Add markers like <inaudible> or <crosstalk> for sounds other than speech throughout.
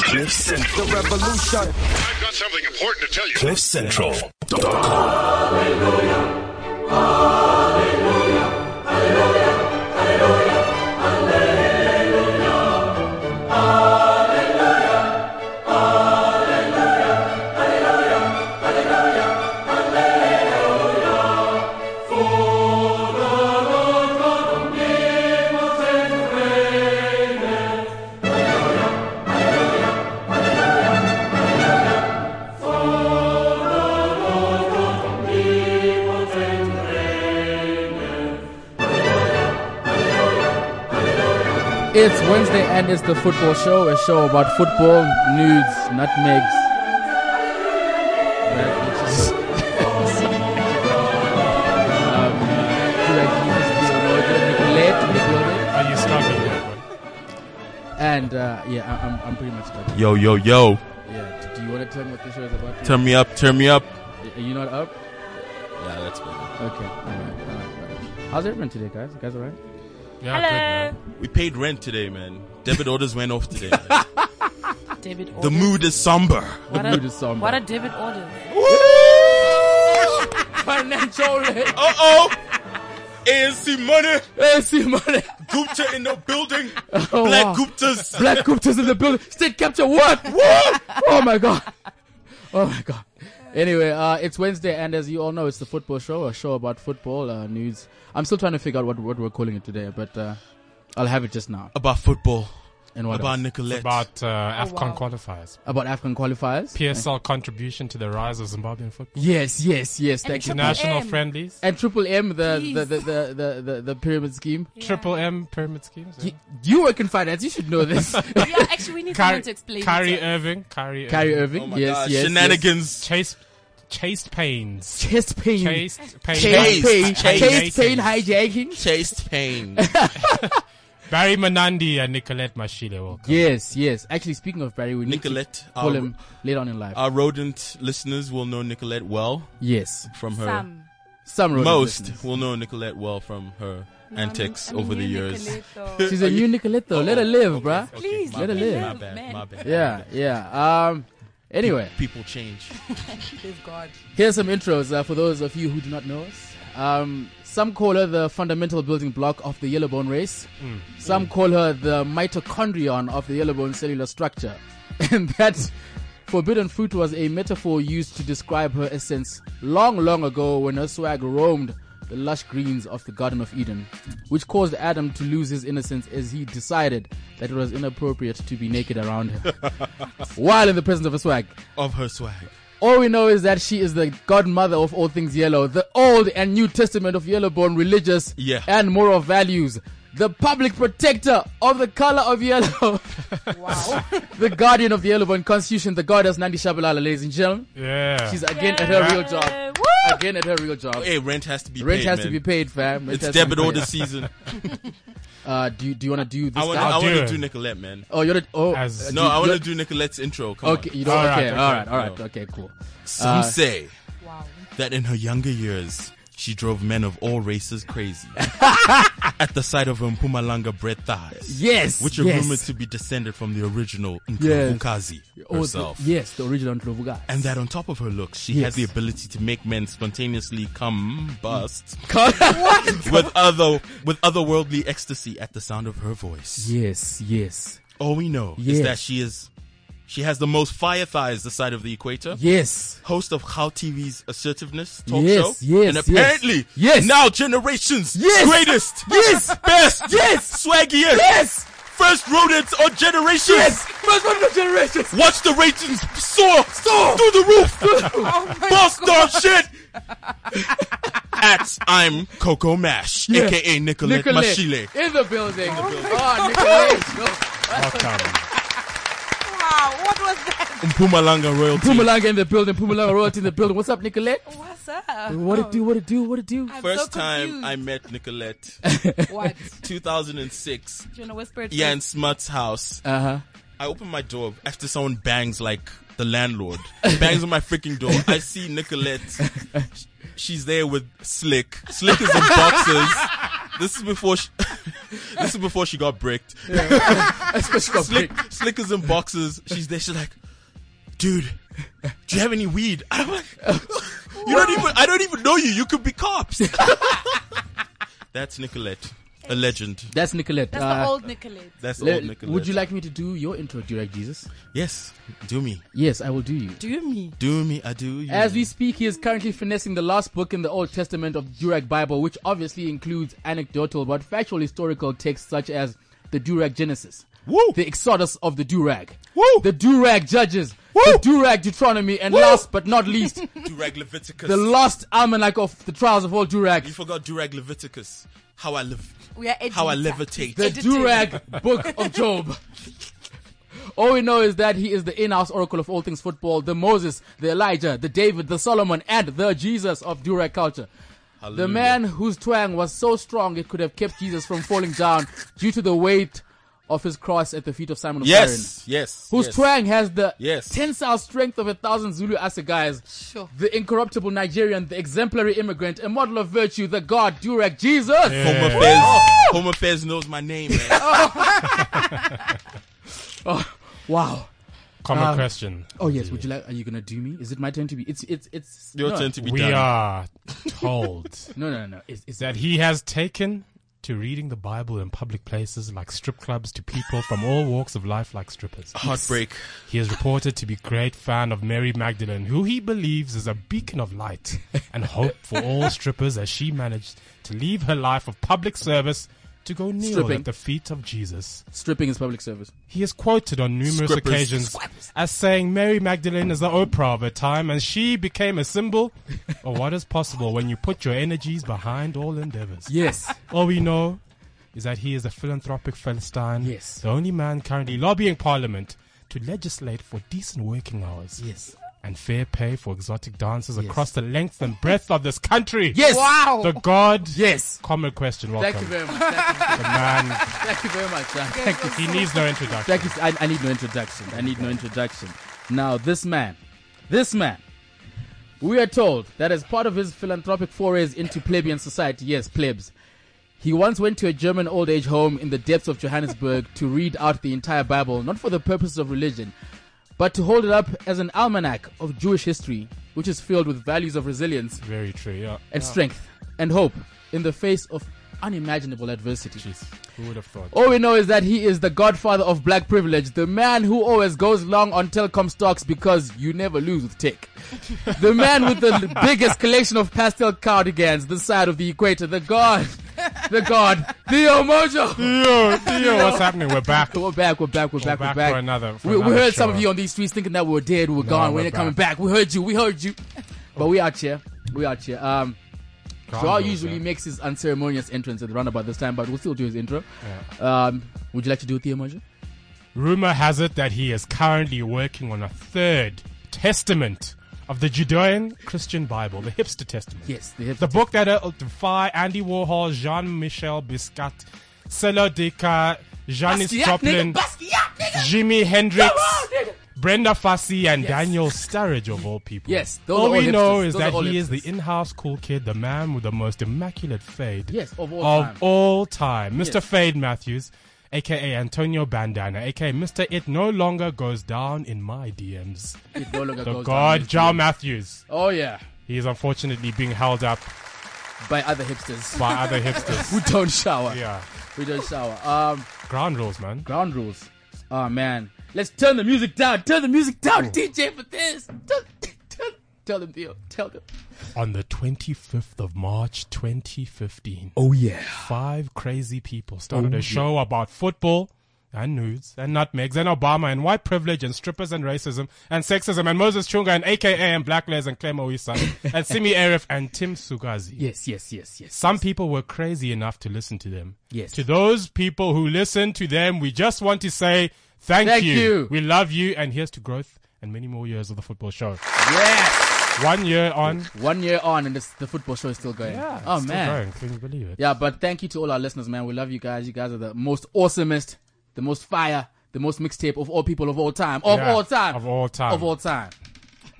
Cliff The revolution. I've got something important to tell you. CliffCentral.com. It's Wednesday and it's the football show, a show about football, nudes, nutmegs. Right, which is- <laughs> Um, uh, Are you stuck in that one? and uh, yeah, I- I'm, I'm pretty much done. Yo, yo, yo. Yeah. d- Do you want to tell me what the show is about? Turn me up, turn me up. Are you not up? Yeah, that's good. Okay. All right. All right. all right. How's everyone today, guys? You guys, all right? Yeah, good, Hello. man. We paid rent today, man. <laughs> Debit orders went off today. man. David Order. the mood is somber. What mood is somber. What a David Order. Financial <laughs> Uh oh. ANC money. AC money. Gupta in the building. <laughs> Oh, Black wow. Guptas. Black Gupta's in the building. State capture what? What? oh my god. Oh my god. Anyway, uh, it's Wednesday, and as you all know, it's the football show, a show about football uh, news. I'm still trying to figure out what what we're calling it today, but uh, I'll have it just now. About football. And what About else? Nicolette. About uh, AFCON Oh, wow. qualifiers. about African qualifiers? PSL contribution to the rise of Zimbabwean football. Yes, yes, yes. And Thank you. Triple National M. friendlies. And Triple M, the Jeez. the, the, the, the, the the pyramid scheme. Triple M pyramid schemes. Yeah. Y- You work in finance. You should know this. <laughs> <laughs> Yeah, actually, we need someone to explain. Kyrie it. Irving. Kyrie Kyrie Irving. Irving. Oh my yes, gosh. yes. Yes. Shenanigans. Chase, Chase Pains. Chest pain. Chase Pains. Chest pain. Chase- Chest pain Chase- hijacking. Chased pain. Barry Manandi and Nicolette Mashile. Welcome. Yes, yes. Actually, speaking of Barry, we <laughs> need Nicolette. uh, to call Our, him later on in life. our rodent listeners will know Nicolette well yes, from her. Sam. some rodent Most listeners. will know Nicolette well from her antics I'm a over the new years. <laughs> Nicolette, though. She's a new Nicolette, though. Let her Oh, live, bruh. Please, my let her bad, live. My bad, my bad. Yeah, yeah. Um. Anyway, People change. Please, God. here's some intros uh, for those of you who do not know us. Um, some call her the fundamental building block of the yellowbone race. Some call her the mitochondrion of the yellowbone cellular structure, <laughs> and that forbidden fruit was a metaphor used to describe her essence long, long ago when her swag roamed the lush greens of the Garden of Eden, which caused Adam to lose his innocence as he decided that it was inappropriate to be naked around her while in the presence of a swag. Of her swag. All we know is that she is the godmother of all things yellow, the Old and New Testament of yellowborn religious Yeah. and moral values, the public protector of the color of yellow, <laughs> Wow. <laughs> the guardian of the yellowborn constitution, the goddess Nandi Shabalala, ladies and gentlemen. Yeah. She's again at her real job. Woo! Again at her real job. Hey, rent has to be Rent paid. has to man. be paid, fam. Rent It's has to be debit paid. order <laughs> season. Uh, do you, do you want to do this? I want. now? I want I'll do to it. do Nicolette, man. oh, you're the, oh. As- uh, No, do- I want you're- to do Nicolette's intro. Come Okay, you don't. All right, okay, okay. all right, all right, No. okay, cool. On. Some uh, say Wow. that in her younger years, she drove men of all races <laughs> crazy at the sight of her Mpumalanga bred thighs, Yes, which are yes. rumored to be descended from the original Yes. Nkosi Oh, the- herself. yes, the original Ndlovu guy. And that on top of her looks, she had Yes. the ability to make men spontaneously combust <laughs> Cut. with other with otherworldly ecstasy at the sound of her voice. yes, yes, All we know Yes. is that she is she has the most fire thighs the side of the equator. yes. Host of How TV's assertiveness talk Yes, show. yes, and yes. apparently Yes. now generations Yes. greatest <laughs> Yes. best Yes. swaggiest Yes. first rodents or generations First one of generations. watch the ratings soar soar through the <laughs> roof bust on shit at I'm Coco Mash Yeah. aka Nicolette, Nicolette Mashile in the building. Oh, Nicolette. Welcome. Wow. What was that? <laughs> Mpumalanga royalty Pumalanga in the building. Pumalanga royalty in the building. What's up, Nicolette? What's up? What it do? What it do? What it do? Oh, I'm first so time I confused. met Nicolette <laughs> What? 2006 Do you want to whisper it? Jan Smut's house Uh huh. I open my door after someone bangs like the landlord bangs on my freaking door. I see Nicolette. She's there with Slick. Slick is in boxes. This is before she, <laughs> This is before she got bricked. Especially got Slick, bricked. Slickers in boxes. She's there. She's like, dude, do you have any weed? I'm like, you don't even. I don't even know you. You could be cops. <laughs> That's Nicolette, a legend. That's Nicolette. That's Uh, the old Nicolette. That's le- old Nicolette. would you like me to do your intro, Direct Jesus? Yes, do me, Yes, I will do you. Do you mean? do me. I do you. As we speak, he is currently finessing the last book in the Old Testament of Durag Bible, which obviously includes anecdotal but factual historical texts such as the Durag Genesis, Woo! the Exodus of the Durag, Woo! the Durag Judges, the Durag Deuteronomy, and last but not least, Durag Leviticus. the lost almanac of the trials of all you Durag, forgot Durag Leviticus. How I live. We are How I editing. levitate. the Editing. Durag Book of Job. <laughs> All we know is that he is the in-house oracle of all things football, the Moses, the Elijah, the David, the Solomon, and the Jesus of Durag culture. The Hallelujah. man whose twang was so strong it could have kept Jesus from falling down due to the weight of his cross at the feet of Simon of Cyrene, Yes. Yes. whose yes. twang has the Yes. tensile strength of a thousand Zulu assegais, Sure. the incorruptible Nigerian, the exemplary immigrant, a model of virtue, the God, Durek, Jesus. Home Affairs, Home Affairs knows my name, man. Wow. Common question. Oh yes. Would you like? Are you gonna do me? Is it my turn to be? It's it's it's Your no. turn to be We done. are told No no no. no. It's, it's that he has taken to reading the Bible in public places like strip clubs to people from all walks of life like strippers. Heartbreak. He is reported to be a great fan of Mary Magdalene, who he believes is a beacon of light and hope for all strippers as she managed to leave her life of public service to go kneel Stripping. at the feet of Jesus. stripping is public service. He is quoted on numerous Scrippers. occasions as saying Mary Magdalene is the Oprah of her time and she became a symbol of what is possible when you put your energies behind all endeavors. <laughs> Yes. All we know is that he is a philanthropic Philistine. Yes. The only man currently lobbying Parliament to legislate for decent working hours yes. and fair pay for exotic dances across the length and breadth of this country. Yes. Wow. The God. Yes. Common question. Welcome. Thank you very much. Thank you, The man. thank you very much. John. Thank you. <laughs> He needs no introduction. Thank you. I, I need no introduction. I need no introduction. Now, this man, this man, we are told that as part of his philanthropic forays into plebeian society, yes, plebs, he once went to a German old age home in the depths of Johannesburg to read out the entire Bible, not for the purposes of religion, but to hold it up as an almanac of Jewish history, which is filled with values of resilience Very true. Yeah. and strength and hope in the face of unimaginable adversity. Jeez. Who would have thought? All we know is that he is the godfather of black privilege, the man who always goes long on telecom stocks because you never lose with <laughs> tech. The man with the biggest collection of pastel cardigans this side of the equator, the god, the god, Theo Mojo. Theo, Theo, what's happening? <laughs> We're back. We're back, we're back, we're back, we're back back. for another- for we, we another heard some show. of you on these streets thinking that we were dead, we were gone, we we're ain't coming back. We heard you, we heard you. But we out here, we out here. Um, Joao Groundless, usually yeah. makes his unceremonious entrance at the roundabout this time, but we'll still do his intro. Um, would you like to do Theo Mojo? Rumor has it that he is currently working on a third testament of the Judean Christian Bible, the hipster testament. Yes, the hipster the book that will defy Andy Warhol, Jean-Michel Biscat, Celo Deca, Janis Joplin, Jimi Hendrix, Brenda Fassie, and Daniel Sturridge of all people. Yes, those all are all we know hipsters. is Those that are all he is the hipsters. in-house cool kid, the man with the most immaculate fade. Yes, of all of time. all time. Mr. Yes. Fade Matthews, aka Antonio Bandana, aka Mr. It No Longer Goes Down in My DMs. It no longer The goes God, down. Jao Matthews. Oh yeah, He is unfortunately being held up by other <laughs> hipsters by other hipsters. who don't shower. Yeah. We don't shower. Um, Ground rules, man. ground rules. Oh man, let's turn the music down. Turn the music down, DJ, for this. Tell, tell, tell them, Theo. Tell them. On the 25th of March 2015, Oh yeah. five crazy people started Mm-hmm. a show about football and nudes and nutmegs and Obama and white privilege and strippers and racism and sexism and Moses Chunga and AKA and Black Les and <laughs> Claire Moisa and Simi Arif and Tim Sugazi. Yes, yes, yes, yes. Some people were crazy enough to listen to them. Yes. To those people who listen to them, we just want to say thank, Thank you. We love you, and here's to growth and many more years of the football show. Yes. One year on. One year on, and this, the football show is still going. Yeah. oh it's still man. going. Can you believe it? Yeah, but thank you to all our listeners, man. We love you guys. You guys are the most awesomest, the most fire, the most mixtape of all people of all time. Of Yeah, all time. of all time. Of all time.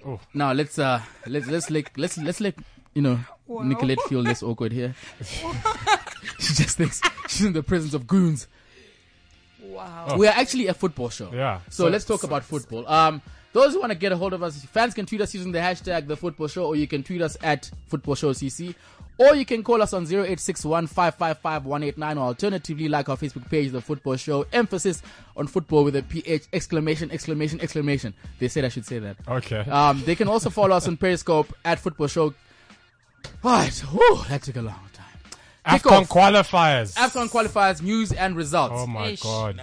Oh. Now let's uh let's let's like let's let's like you know Nicolette feel less awkward here. She just thinks she's in the presence of goons. Wow. We are actually a football show. Oh. Yeah. So, let's talk about football. Um, those who want to get a hold of us, fans can tweet us using the hashtag the football show, or you can tweet us at football show cc, or you can call us on 0861555189, or alternatively like our Facebook page, the football show. Emphasis on football with a ph exclamation exclamation exclamation. They said I should say that. Okay. Um, they can also follow us on Periscope at football show. Right. Whew, that took a long time. Kick AFCON off. qualifiers. AFCON qualifiers, news and results. Oh my Ish. god.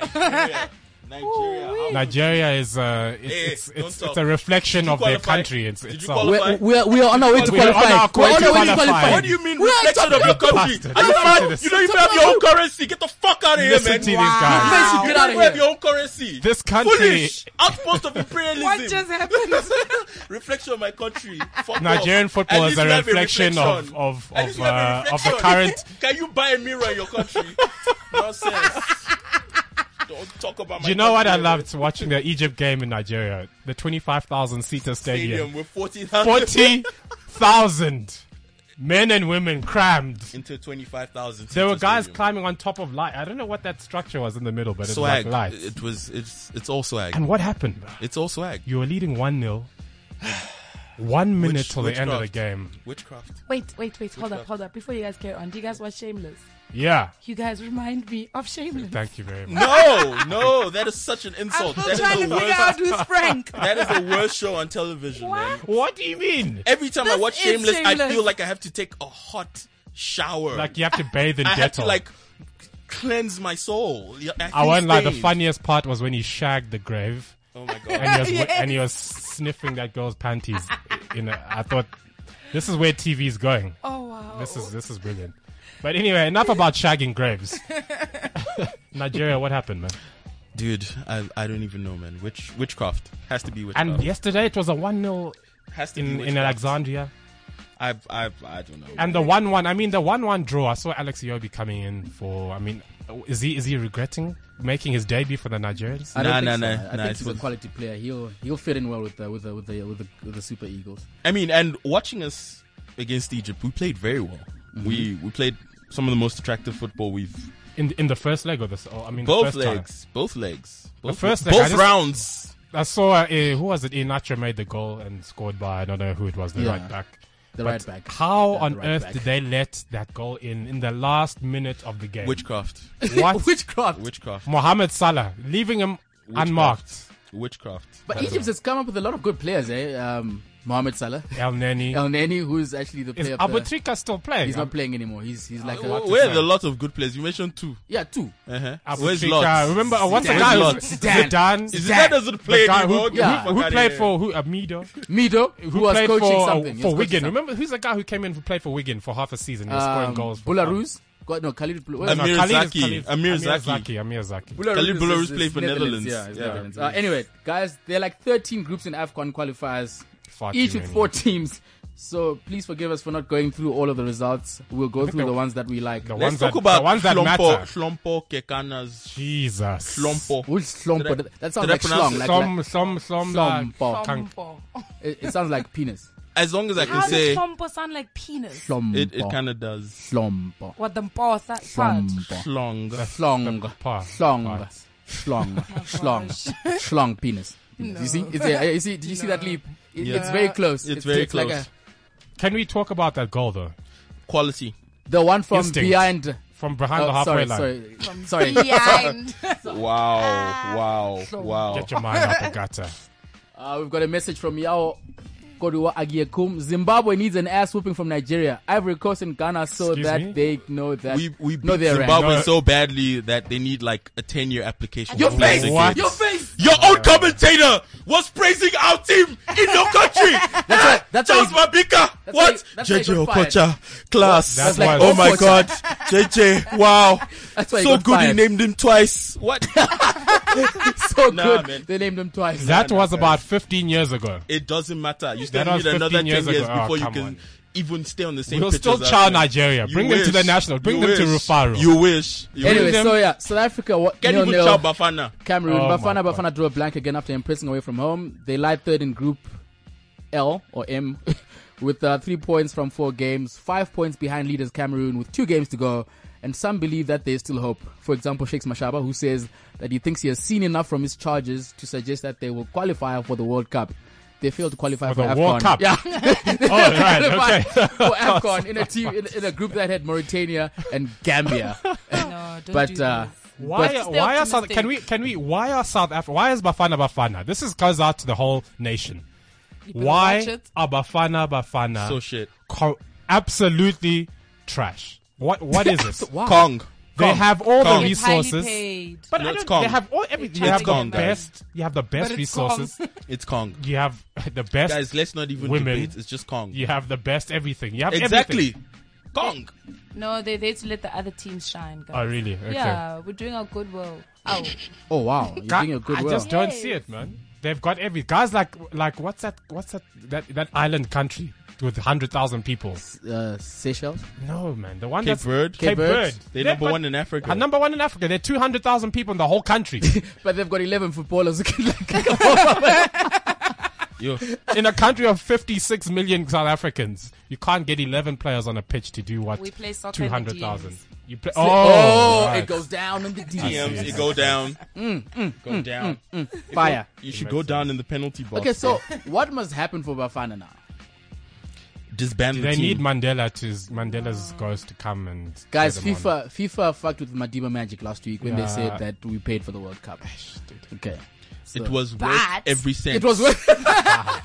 <laughs> Nigeria. Nigeria is uh, Hey, it's, it's, it's, don't it's talk. a reflection Did you of their qualify? country. It's, Did you itself. qualify? We're, we're, we're on our way to We're on qualifying. our We're on way to our way to qualify. qualifying. What do you mean We're reflection talking of your about- country? bastard. Are you Listen mad? to this. You don't even have your own currency. Get the fuck out of here, Listen man. to these guys. Guys, You get don't out of even have here. your own currency. This country- Foolish. Outpost <laughs> of What imperialism. just happened? <laughs> reflection of my country. Fuck Nigerian off. football At is least a you have reflection of reflection. of At least of, you have uh, a of the reflection. current. <laughs> Can you buy a mirror in your <laughs> country? Nonsense. Don't talk about my Do you know what I country, man. loved watching the Egypt game in Nigeria? The twenty-five thousand seater Stadium stadium, with 40,000 <laughs> forty thousand men and women crammed. <laughs> into 25,000. There were seats guys stadium. climbing on top of light. I don't know what that structure was in the middle, but it swag. was like lights. It was it's it's all swag. And what happened? bro? It's all swag. You were leading one 0 One minute Witch- till the end of the witchcraft. game. Witchcraft. wait, wait, wait. Hold up, hold up. Before you guys carry on, do you guys watch Shameless? Yeah. You guys remind me of Shameless. Thank you very much. No, no, that is such an I'm insult. still That is trying to the figure worst. out who's Frank. That is the worst show on television. Man. What do you mean? Every time I This watch is Shameless, I Shameless. feel like I have to take a hot shower. Like you have to bathe in <laughs> I have to Dettol. like cleanse my soul. Yeah, I, I feel won't lie. The stained. funniest part was when he shagged the grave Oh my god. <laughs> and he was Yes. and he was sniffing that girl's panties. You know, I thought this is where TV is going. Oh wow. This is this is brilliant. But anyway, enough about <laughs> shagging graves. <laughs> Nigeria, what happened, man? Dude, I, I don't even know, man. Witch witchcraft has to be witchcraft. And yesterday it was a one 0 has to in, be in Alexandria. I I I don't know. And the one one, I mean the one one draw. I saw Alex Yobi coming in for. I mean, is he is he regretting making his debut for the Nigerians? I don't Nah, think nah, so. nah, I nah, think it's he's a with- man. quality player. He'll he'll fit in well with the with the with the with the, with the Super Eagles. I mean, and watching us against Egypt, we played very well. We we played some of the most attractive football we've in in the first leg of this. Or, I mean, the both first time. legs, both legs, both first leg- leg, I both just- rounds. I saw uh, eh, who was it? Inacho made the goal and scored by I don't know who it was, the Yeah. right back. The right back. How Yeah, the on right earth back. did they let that goal in in the last minute of the game? Witchcraft, <laughs> <laughs> what? Witchcraft. witchcraft, Mohamed Salah leaving him unmarked. witchcraft. But Egypt has come up with a lot of good players, eh? Um, Mohamed Salah, <laughs> El Neni El Neni, who's actually the is player. of the- Abutrika still playing? he's not playing anymore. He's he's like Where a, Uh, where are the lot of good players? You mentioned two. yeah two. Uh-huh. Where's Abutrika. Lot? Remember uh, what's the Zidane. guy? who- Where's Zidane. Zidane. Is that doesn't play the guy who, anymore? Get the yeah, fuck who outta played here. for who Amido, who, Mido, who, was played coaching for, something He was for coaching Wigan. Remember who's the guy who came in who played for Wigan for half a season? He was something. Um, scoring goals. For Belarus. God no, Khalid. Bul- where's- Amir- No, Khalid is- Zaki. Khalid- Amir Amir Zaki. Zaki. Amir Zaki. Belarus Uh, Khalid is- Belarus is played for Netherlands. Yeah, it's Yeah. Netherlands. Uh, anyway, guys, there are like 13 groups in AFCON qualifiers, Far too each with many. four teams. So please forgive us for not going through all of the results. We'll go through the- the ones that we like. The Let's ones talk that, about the ones that Flompo, matter. Flompo Kekana's Jesus. Flompo. Which slompo? Did I- That- that sounds did I like pronounce slong. it? Like, Some, like, some, some, Flompo. like, can't- Pompo. it, it sounds like penis. As long as I can How say does pompo sound like penis? Slompo. it, it kind of does. slompo. What the ball that part? Slompo. Long. Slong. part. Slong. Part. Slong. Slong. Slong penis. You see? It's a, you see? Did you see that leap? It- Yeah. It's very close. It's It very takes like close. a- Can we talk about that goal though? Quality. the one from Instinct. behind. From behind Oh, the sorry, halfway line. sorry, sorry. <laughs> <laughs> Behind. Wow. Wow. Wow. Get your mind out the gutter. Uh, we've got a message from Yao Kodua Agiekum. Zimbabwe needs an ass whooping from Nigeria, Ivory Coast, and Ghana so Excuse that me? they know that We we beat know their rank. Zimbabwe No. so badly that they need like a ten year application. Your for playing face! the What? game. <laughs> Your face! Your own commentator was praising our team in your country. <laughs> that's right, that's Charles how Mabika. how What? you- that's how you JJ got fired. Okocha. Class. That's like oh my Okocha. god. JJ. <laughs> Wow. That's why he So got good he fired. named him twice. <laughs> What? So Nah, good. man. They named them twice. That was about 15 years ago. it doesn't matter. You still That was need another 15 ten years years, ago. Oh, before you come can on. even stay on the same. We'll still pitches as chow them. Nigeria. You Bring them to the wish. national. Bring You them to wish. Rufaro. You wish. You Anyway, wish. so yeah, South Africa what, Can nil, even nil, chow Bafana. Cameroon, Oh my Bafana, God. Bafana drew a blank again after impressing away from home. They lie third in Group L or M <laughs> with uh, three points from four games, five points behind leaders Cameroon with two games to go, and some believe that there is still hope. For example, Shakes Mashaba, who says that he thinks he has seen enough from his charges to suggest that they will qualify for the World Cup. They failed to qualify for, For the AFCON. World <laughs> Cup? <laughs> Yeah. They failed to right, <laughs> qualify okay. for AFCON in a team in, in a group that had Mauritania and Gambia. No, don't but do uh, this. Why, But- why are Still South, can we, can we, why are South Africa, why is Bafana Bafana? This is goes out to the whole nation. better watch Why it. are Bafana Bafana So shit. co- absolutely trash? What, what <laughs> is it? wow. Kong. They Kong. have all Kong. the It's highly resources. paid. But No, I it's don't, they Kong. have all, every, you It's have the Kong, guys. best, you have the best it's resources. Kong. It's Kong. You have <laughs> the best Guys, let's not even Women. debate. It's just Kong. You have the best everything. You have Exactly. everything. Kong. <laughs> No, they're there to let the other teams shine, guys. Oh, really? Okay. Yeah, we're doing our good work. Oh, Oh wow, you're doing a good I work. just don't Yes. see it, man. They've got every guys like like what's that what's that that, that island country with hundred thousand people? uh, Seychelles. No, man. The one Cape that's Verde. Cape Cape Verde. Verde. They're They've number got- one in Africa. are number one in Africa. They're two hundred thousand people in the whole country But they've got 11 footballers. <laughs> who can- <laughs> Oh, <laughs> Yo, in a country of fifty six million South Africans. You can't get eleven players on a pitch to do what We play soccer two in the hundred thousand. DMs. You play. oh, Oh, it right. goes down in the DMs. DMs, it go down. Mm, go down. Fire. You should go down in the penalty box. mm, Okay, so bro. what must happen for Bafana now? disband the They team. need Mandela to Mandela's ghost to come and Guys, get them on. FIFA FIFA fucked with Madiba Magic last week when they Yeah. said that we paid for the World Cup. Okay. it was worth But- every cent. It was <laughs> worth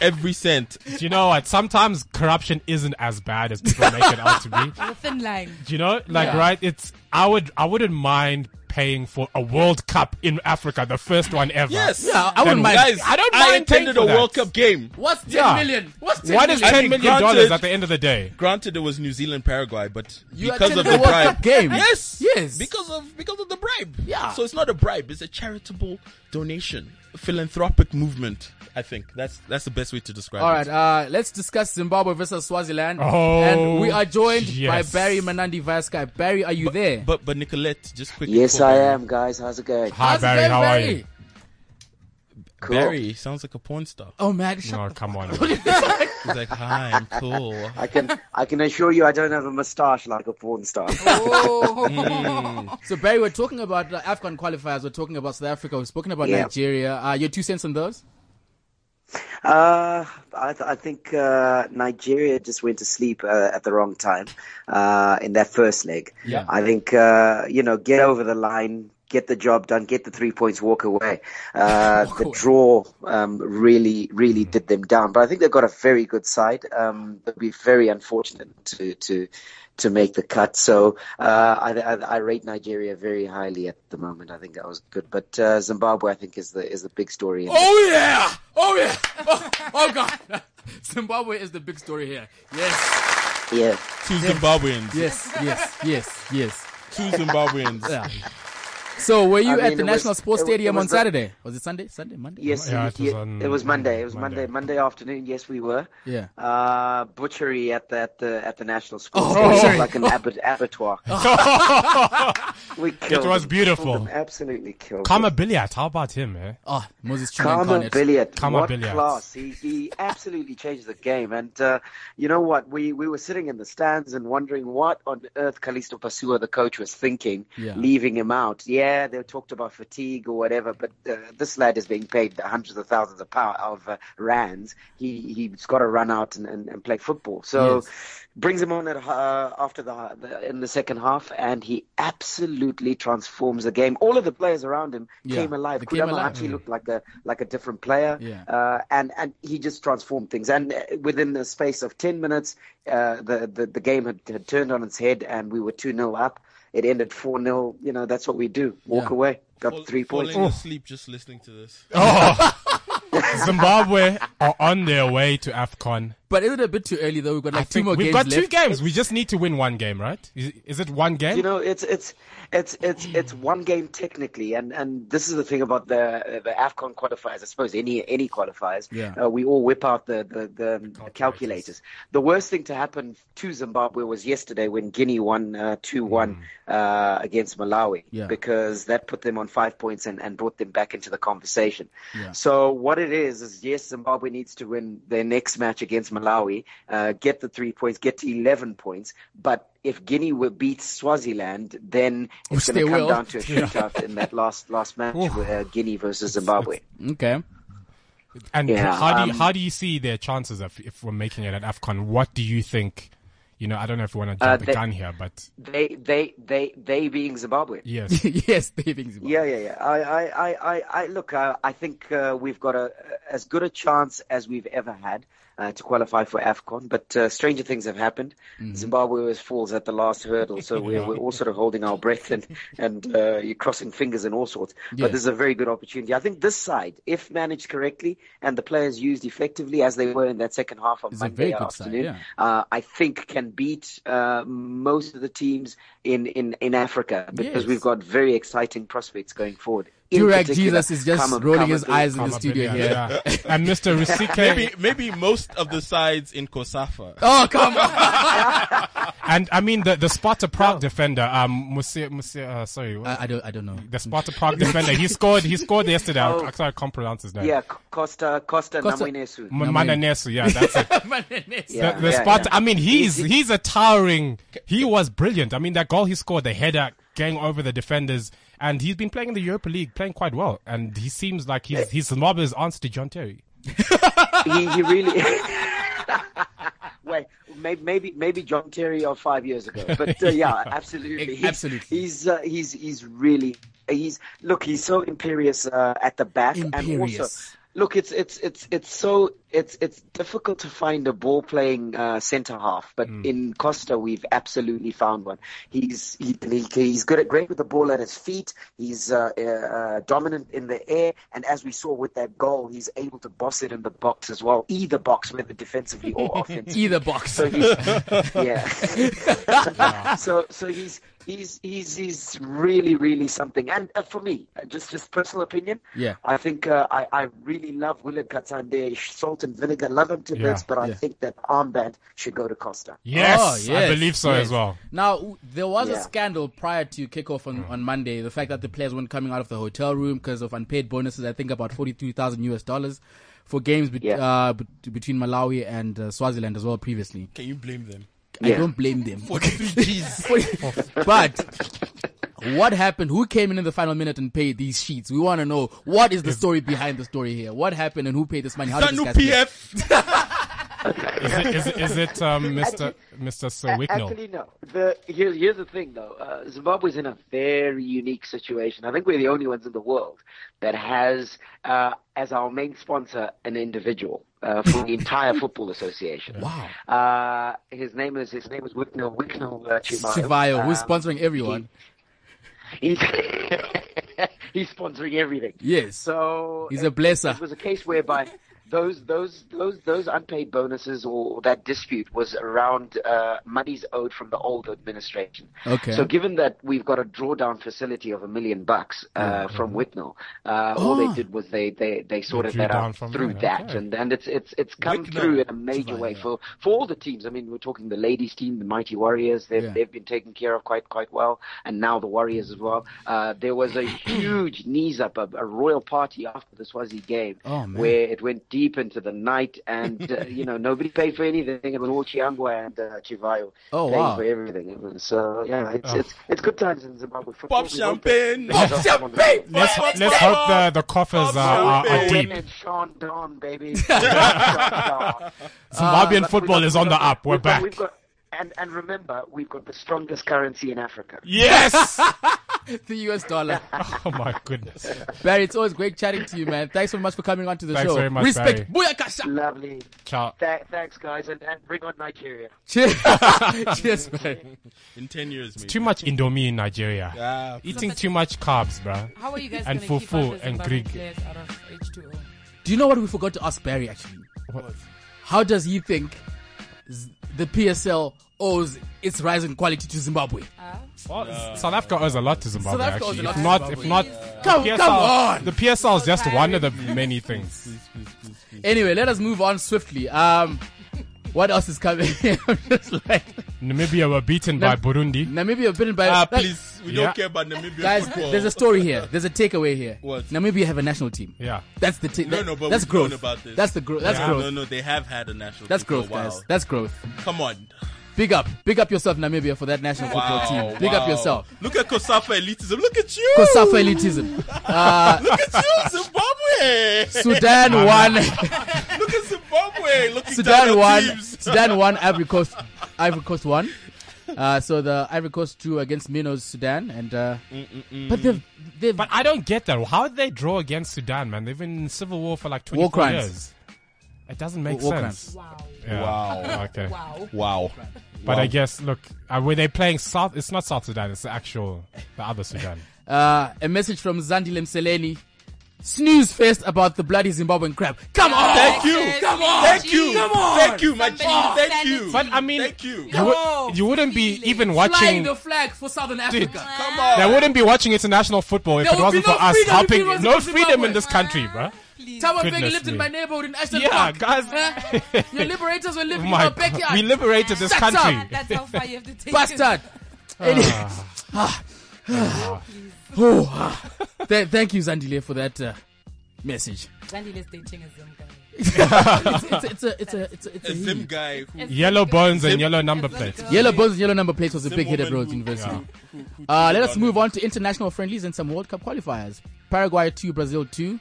every cent. <laughs> Do you know what? Sometimes corruption isn't as bad as people make it out to be. the thin line. Do you know? Like, Yeah. right? It's I would I wouldn't mind paying for a World Cup in Africa, the first one ever. Yes. Yeah, I wouldn't Then mind. Guys, I don't I mind paying attended for a that. World Cup game. What's 10 Yeah. million? What's 10 What is million? I ten mean, million dollars granted- at the end of the day? Granted, it was New Zealand Paraguay, but You because attended of the the, World bribe, Cup game. yes, Yes. because of because of the bribe. Yeah. So it's not a bribe; it's a charitable donation, a philanthropic movement. I think that's that's the best way to describe All it. right, uh, let's discuss Zimbabwe versus Swaziland. Oh, and we are joined yes. by Barry Manandi via Skype. Barry, are you there? But but Nicolette, just quickly. Yes, for I Barry. am, guys. How's it going? Hi How's it Barry, going, how Barry? are you? Cool. Barry sounds like a porn star. Oh man, shut No, come on. He's like, hi, I'm cool. I can I can assure you I don't have a moustache like a porn star. So Barry, we're talking about uh, Afghan qualifiers. We're talking about South Africa. We've spoken about Yeah. Nigeria. Uh, your two cents on those? Uh, I, th- I think uh, Nigeria just went to sleep uh, at the wrong time uh, in that first leg. Yeah. I think uh, you know get over the line, get the job done, get the three points, walk away. <laughs> Uh, the away. Mm-hmm. draw um, really really did them down, but I think they've got a very good side. Um, they'll be very unfortunate to to to make the cut. So uh, I, I, I rate Nigeria very highly at the moment. I think that was good, but uh, Zimbabwe I think is the is the big story. in this. Oh yeah! Oh yeah! Oh, oh god! <laughs> Zimbabwe is the big story here. Yes, Yeah. Two Zimbabweans. yes, yes, yes, yes. Two Zimbabweans. Yeah. So were you I at mean, the it National was- Sports it- it Stadium was on the- Saturday? Was it Sunday? Sunday, Monday? Yes, Yeah, yeah, it was it, was on it was Monday. It was Monday. Monday. Monday afternoon. Yes, we were. Yeah. Uh, butchery at the at the, at the national school. Oh, It was sorry. like an abbat- <laughs> abattoir. we killed was them. beautiful. Killed them, Absolutely killed. Karma them. Billiard, how about him, eh? Oh, Moses Chuma Karma incarnate. Billiard, Karma what Billiard. class! He, he absolutely changed the game, and uh, you know what? We we were sitting in the stands and wondering what on earth Kalisto Pasua, the coach, was thinking, Yeah. leaving him out. Yeah, they talked about fatigue or whatever, but uh, this lad is being paid the hundreds of thousands of pound of uh, rands. He he's got to run out and, and, and play football. So Yes. brings him on at, uh, after the, the in the second half, and he absolutely transforms the game. All of the players around him Yeah, came alive. they came Kudama alive. actually looked like a like a different player, Yeah. uh, and and he just transformed things. And uh, within the space of ten minutes, uh, the, the the game had, had turned on its head, and we were two 0 up. It ended four 0 You know that's what we do. Walk Yeah. away, got Fall- three points. Falling asleep just listening to this. Oh. Oh. <laughs> Zimbabwe are on their way to AFCON. But is it a bit too early though? We've got I like two think more we've games got left. two games. We just need to win one game, right? Is, is it one game? You know, it's it's it's it's it's one game technically, and and this is the thing about the the Afcon qualifiers. I suppose any any qualifiers, Yeah. uh, we all whip out the the, the calculators. The worst thing to happen to Zimbabwe was yesterday when Guinea won two one uh, against Malawi Mm. Yeah. because that put them on five points and and brought them back into the conversation. Yeah. So what it is is yes, Zimbabwe needs to win their next match against Malawi, uh, get the three points, get to 11 points. But if Guinea were beats Swaziland, then it's they going to come will. down <laughs> to a shootout in that last last match with uh, Guinea versus Zimbabwe. Okay. <laughs> And Yeah, how do you, um, how do you see their chances of if we're making it at AFCON? What do you think? You know, I don't know if we want to jump the Uh, they- gun here, but They they they they being Zimbabwe. <laughs> yes, yes, David Zimbabwe. Yeah, yeah, yeah. I, I, I, I, I look. I, I think uh, we've got a as good a chance as we've ever had uh, to qualify for Afcon. But uh, stranger things have happened. Mm-hmm. Zimbabwe always falls at the last hurdle, so we're, we're all sort of holding our <laughs> breath and and uh, you're crossing fingers and all sorts. Yeah. But this is a very good opportunity. I think this side, if managed correctly and the players used effectively as they were in that second half on It's a very Monday good side, afternoon, yeah. uh, I think can beat uh, most of the teams in, in, in Africa because Yes. we've got very exciting prospects going forward. In Durag particular, Jesus is just Kama- rolling Kama his Bui. eyes in the Probably, studio yeah. here. Yeah. <laughs> And Mr. Rusike Maybe, maybe most of the sides in Kosafa. Oh, come on. <laughs> and I mean the the Sparta Oh. Prague defender, um, Musi, Musi, uh, sorry, I, I don't, I don't know. the Sparta Prague defender. He scored. He scored <laughs> yesterday. I- I, sorry, I can't pronounce his name. Oh. Yeah, Costa Costa, Costa- Namuinesu. M- Mananesu, yeah, that's it. Yeah, the yeah, Sparta. yeah. I mean, he's he's a towering. He was brilliant. I mean, that goal he scored, the header, gang over the defenders, and he's been playing in the Europa League, playing quite well. And he seems like he's his mob is answer to John Terry. he, he really. <laughs> Well, maybe, maybe maybe John Terry of five years ago, <laughs> but uh, yeah, absolutely, Ex- absolutely. He's uh, he's he's really he's look he's so imperious uh, at the back and Imperious. also look it's it's it's it's so it's it's difficult to find a ball playing uh, centre half, but in Costa we've absolutely found one. He's he, he he's good at great with the ball at his feet. He's uh, uh, uh, dominant in the air, and as we saw with that goal, he's able to boss it in the box as well, either box whether defensively or offensively Either box. <laughs> so he's Ah. yeah. so so he's he's he's he's really really something. And uh, for me, uh, just just personal opinion. Yeah. I think uh, I I really love Willard Katsande, salt and vinegar. Love him to Yeah. bits, but I Yeah. think that armband should go to Costa. Yes, Oh, I believe so yes. as well. Mm. Now, w- there was a Yeah. scandal prior to kickoff on, on Monday. The fact that the players weren't coming out of the hotel room because of unpaid bonuses, I think about 42,000 US dollars for games bet- Yeah. uh, bet- between Malawi and uh, Swaziland as well previously. Can you blame them? I Yeah. don't blame them. <laughs> Forty-three G's. but what happened? Who came in in the final minute and paid these sheets? We want to know what is the story behind the story here. What happened and who paid this money? How did this Sanu guy PF. Is it, is, it- is it <laughs> um, Mr. Mr. Sir Wicknell? Actually, no. The here, here's the thing, though. Uh, Zimbabwe's in a very unique situation. I think we're the only ones in the world that has uh, as our main sponsor an individual uh, for <laughs> the entire football association. Wow. Uh, his name is his name is Wicknell Wicknell uh, Chimayo. Savayo, who's Um, sponsoring everyone? <laughs> He's, he's sponsoring everything. Yes. So He's a it- blesser. It was a case whereby those those those those unpaid bonuses or that dispute was around uh, monies owed from the old administration. Okay. So given that we've got a drawdown facility of a million bucks uh, Oh, from Whitnall, uh, all they did was they they they sorted drew that down out from through there, that, okay. and and it's it's it's come Wicklow. through in a major way for for all the teams. I mean, we're talking the ladies team, the Mighty Warriors. They've Yeah. they've been taken care of quite quite well, and now the Warriors as well. Uh, there <coughs> was a huge knees up, a, a royal party after the Swazi game, Oh, man. where it went deep into the night, and <laughs> uh, you know nobody paid for anything. It was all Chiangwa and uh, Chivayo Oh, paying wow. Oh. for everything. It was, uh, yeah, it's, it's it's good times in Zimbabwe. football. Pop We hope champagne. that- Pop champagne. Let's, let's hope the, the coffers Uh, are, are, are Owen deep. and Sean <laughs> Don, baby. Sean Don. Zambian Ah, But football we've got- is on we've the got- up. We're we've got- back. we've got- and, and remember, we've got the strongest currency in Africa. <laughs> Yes! The US dollar. oh my goodness. Barry, it's always great chatting to you, man. Thanks so much for coming on to the Thanks show. very much, Respect. Barry. <laughs> Booyakasha. Lovely. Ciao. Tha- thanks, guys, and, and bring on Nigeria. Cheers. Cheers, man. In ten years, maybe. Too much Indomie in Nigeria. Ah, Eating too much carbs, bruh. How are you guys And going to keep fufu out the and Zimbabwean Greek. players out of H2O? Do you know what we forgot to ask Barry, actually? What? How does he think z- the PSL owes its rise in quality to Zimbabwe? Well, Oh, South Africa owes a lot to Zimbabwe. South Africa owes a actually. lot if to not, Zimbabwe. if not, Uh, Come- the PSL, come on. the PSL is just one of the many things. Anyway, let us move on swiftly. Um, What else is coming? <laughs> I'm just like Namibia were beaten by Nam- Burundi. Namibia bitten by Ah, like, please, we Yeah. don't care about Namibia Guys, football. there's a story here. There's a takeaway here. What? Namibia have a national team. Yeah. That's the team. No, no, but that's we've growth. known about this. That's the growth. That's Yeah, growth. No, no, they have had a national. That's team for growth, a while. guys. That's growth. Come on. Big up, big up yourself, Namibia, for that national Wow, football team. Big wow. up yourself. Look at Kosafa elitism. Look at you. Kosafa <laughs> elitism. Uh, Look at you, Zimbabwe. Sudan <laughs> won. Look at Zimbabwe. Look at Sudan won. Teams. Sudan won. Ivory Coast. Ivory Coast won. Uh, so the Ivory Coast drew against Minos Sudan, and uh, but they've they've But I don't get that. How did they draw against Sudan, man? They've been in civil war for like 24 War crimes. years. It doesn't make War sense. Wow. Yeah. Wow. Okay. Wow. Wow. But I guess, look, uh, were they playing South? It's not South Sudan. It's the actual, the other Sudan. uh, a message from Zandi Lemseleni. Snooze fest about the bloody Zimbabwean crap. Come on, Thank you. Come on. Thank you. Come on. Thank you, my G. Somebody Thank send it you. to But I mean, thank you. You, No, would, you wouldn't be really. even watching. flag for Southern Dude, Come on. They wouldn't be watching international football if There it would wasn't be no for us freedom if it helping. wasn't No for freedom Zimbabwe. in this country, bro. Tower Goodness Begi lived in me. my neighborhood in Ashton Yeah, guys. <laughs> Your liberators were living Oh my God. We liberated this Shut up. country. That's how far you have to take <laughs> bastard. Any- Ah. Oh, ah. Th- thank you, Zandile, for that uh, message. it. Randy is dating a Zim guy. It's, it's a, it's a, it's a, it's a A hit. Zim guy who Yellow bones and yellow number plates. Yellow bones and yellow number plates was a big hit at woman Rhodes who- University. who- who Uh, took let it us move on to international friendlies and some World Cup qualifiers. Paraguay 2, Brazil 2. Hmm.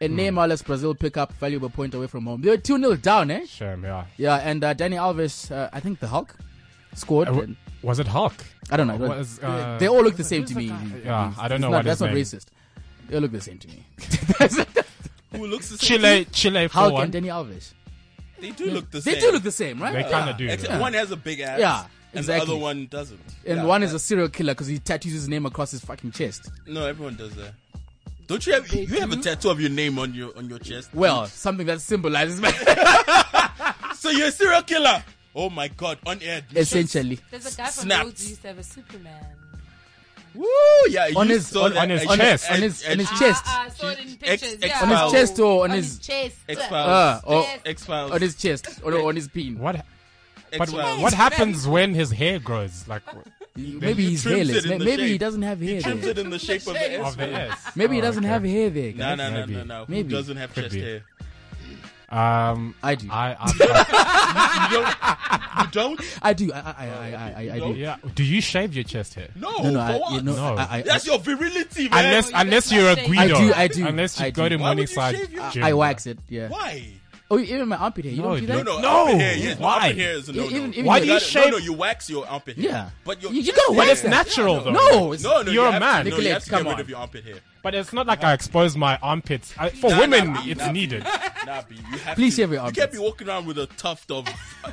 And Neymar lets Brazil pick up valuable point away from home. They were 2 0 down, eh? Shame, yeah. Yeah, and uh, Danny Alves, uh, I think the Hulk, scored. Uh, w- and- Was it Hulk? I don't know. What is, uh, they all look the same to me. Yeah, I don't know It's not- Mm. what his that's not name- racist. They all look the same to <laughs> me. Who looks the same? Chile, Chile for Hulk one. and Danny Alves. They do look the same. They do look the same, right? They kind of do. Except though. one has a big ass. Yeah, And the exactly. other one doesn't. And Yeah, one is that- a serial killer because he tattoos his name across his fucking chest. No, everyone does that. Don't you have you have a do. tattoo of your name on your on your chest? Well, something that symbolizes <laughs> so you're a serial killer. Oh my god, on air. you should- essentially. There's a guy from Snapped. Rhodes who used to have a Superman. Woo! Yeah, On you his- saw on- that on his at- On his, chest. at- on his, at on his G- chest. Ah, I saw it in X- pictures. X yeah. on his Wow. chest or on, On his, his chest. X-Files. <laughs> uh, or Yes. X Files. on his chest or on his peen. What? But X what Files. happens when his hair grows? Like w- Maybe he's trims it hairless. in May- the Maybe he shape. doesn't have hair Trims there. it in the shape of the of S. the S. Maybe he Oh, doesn't okay. have hair there. guys. No, no, no, Maybe. no, no. Who Maybe. doesn't have Could chest be. hair? Um, I do. I, <laughs> I, You don't? I do. I, I, I, I, I, I I- do. yeah. Do you shave your chest hair? No. No, no, for I, what? you know, No. I, I, That's your virility, man. Unless, you unless don't you're a shave. Guido. I do, I do, Unless I you do. go to Why would you Morningside. shave your- gym, I bro. wax it. Yeah. Why? Oh, even my armpit hair. You No, don't do dude. that. No, no, No. armpit hair. Yes, Why? armpit hair is a no. Even- even Why do you gotta- shave? No, no, you wax your armpit hair. Yeah. But your You- you gotta Yeah. wax But it's Yeah. natural though. No, it's No, no, You're you a have man. To, no, you Nicolette, have to get come rid on. of your armpit hair. But it's not like I expose my armpits. I, for Nah, women, nah, nah, it's nah. needed. <laughs> Nah, B, you have Please to. shave your You armpits. can't be walking around with a tuft <laughs> of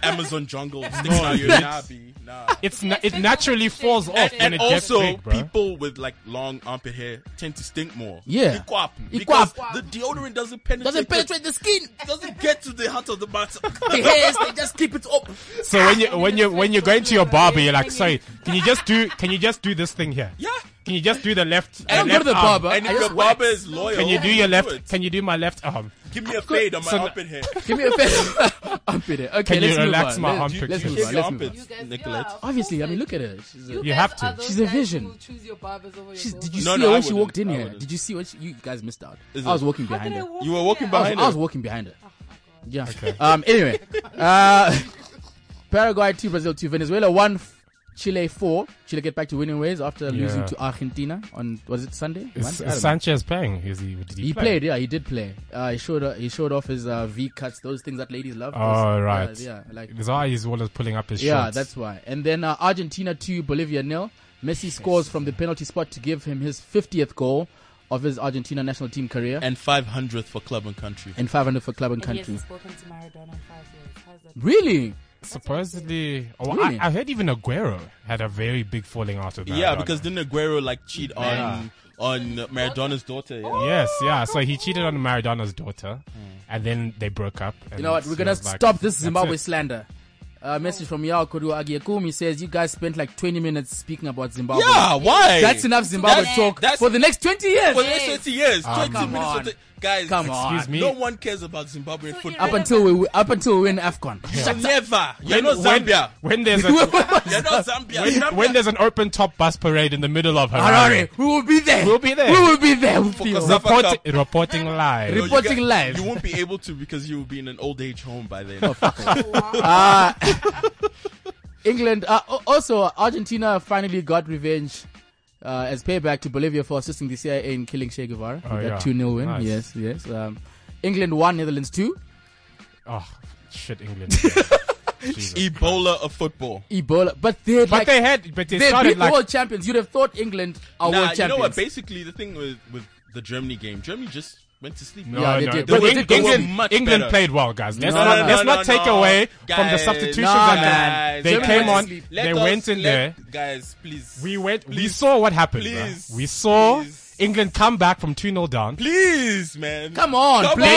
Amazon jungle sticking out your nah, B, nah. It's na- it naturally falls off And- when and it also, gets big, bro. people with like long armpit hair tend to stink more. Yeah. Iquap. Because Ikwap. the deodorant doesn't penetrate. Doesn't penetrate the skin. The, doesn't get to the heart of the matter. The hairs, they just keep it up. So when you when you when you're going to your barber, you're like, sorry, can you just do can you just do this thing here? yeah. Can you just do the left? I don't the go to left the arm? barber. And I if your just wax. barber is loyal, Can you do then your it. left? Can you do my left arm? Give me a fade on my So- armpit hair. Give <laughs> me a fair <laughs> armpit hair. Okay, Can you let's move relax on. my Let's- armpit? Let's You move shave on. your Let's move on. armpits. You guys, Nicolette. yeah, of Obviously, I course mean, I look do. at her. She's a, You You guys have to. are those She's a guys vision. who choose your barbers over your she's, did girlfriends. you No, see no, her I when she wouldn't. walked in I here? wouldn't. Did you see when she, you guys missed out? Is I was it- walking How behind can I her. walk You were walking there? I behind was, I was her. walking behind her. Yeah. <laughs> Um. Anyway, uh, <laughs> Paraguay two, Brazil two, Venezuela one, F- Chile four. Chile get back to winning ways after losing Yeah. to Argentina on was it Sunday? Is, Monday? I is don't know. Sanchez playing? Is he? Did he, He play? played, yeah, he did play. Uh, he showed uh, he showed off his uh, V cuts, those things that ladies love. Oh, Those- uh, right. yeah, yeah, like His eye is always pulling up his yeah, shorts. that's why. And then uh, Argentina two, Bolivia nil. Messi scores from the penalty spot to give him his 50th goal of his Argentina national team career And 500th for club and country. and 500 for club and And he country. hasn't spoken to Maradona in five years. How's that? Really? supposedly. Oh, Really? I, I heard even Aguero had a very big falling out of that. Yeah, because didn't Aguero like cheat on on Maradona's daughter? Yeah. Yes, yeah. So he cheated on Maradona's daughter, and then they broke up. and Hmm. You know what? he We're gonna was like, stop this "That's Zimbabwe it." slander. A message from Yao Kodu Agiekumi says you guys spent like 20 minutes speaking about Zimbabwe. Yeah, why? That's enough Zimbabwe That's- talk that's- for the next 20 years. For the next 20 years, 20 Come minutes. on. Of the, Guys, Come on. Excuse me. No one cares about Zimbabwean So football. Up until we up until we win Afcon. <laughs> You never. You're When- not when- Zambia. When there's a, You're not Zambia. Zambia- when there's an open top bus parade in the middle of Harare, Harare, we will be there. We'll be there. We will be there. We feel. Focus up. report, <laughs> reporting live. Oh, No, you reporting guys- live. You won't be able to because you will be in an old age home by then. England. Uh, al- also, Argentina finally got revenge uh, as payback to Bolivia for assisting the CIA in killing Che Guevara. Oh, that yeah. 2 0 win. Nice. Yes, yes. Um, England 1, Netherlands 2. Oh, shit, England. <laughs> Jesus. <laughs> Ebola of football. Ebola. But they But like, they had, but they, they beat started like, world champions. You'd have thought England are Nah, world you know champions. what? Basically, the thing with with the Germany game, Germany just went to sleep. no, Yeah, they no. did. But They Eng- did. They were England, much England better. played well, guys. Let's No, not, no, let's no, not take no. away from the Guys, substitutions. no, and guys, they guys, came guys, on, let they us- went let- in there. Guys, please. We went. We Please. saw what happened. Please. bruh. We saw Please. England come back from 2 0 down. Please, man. Come on, Come please.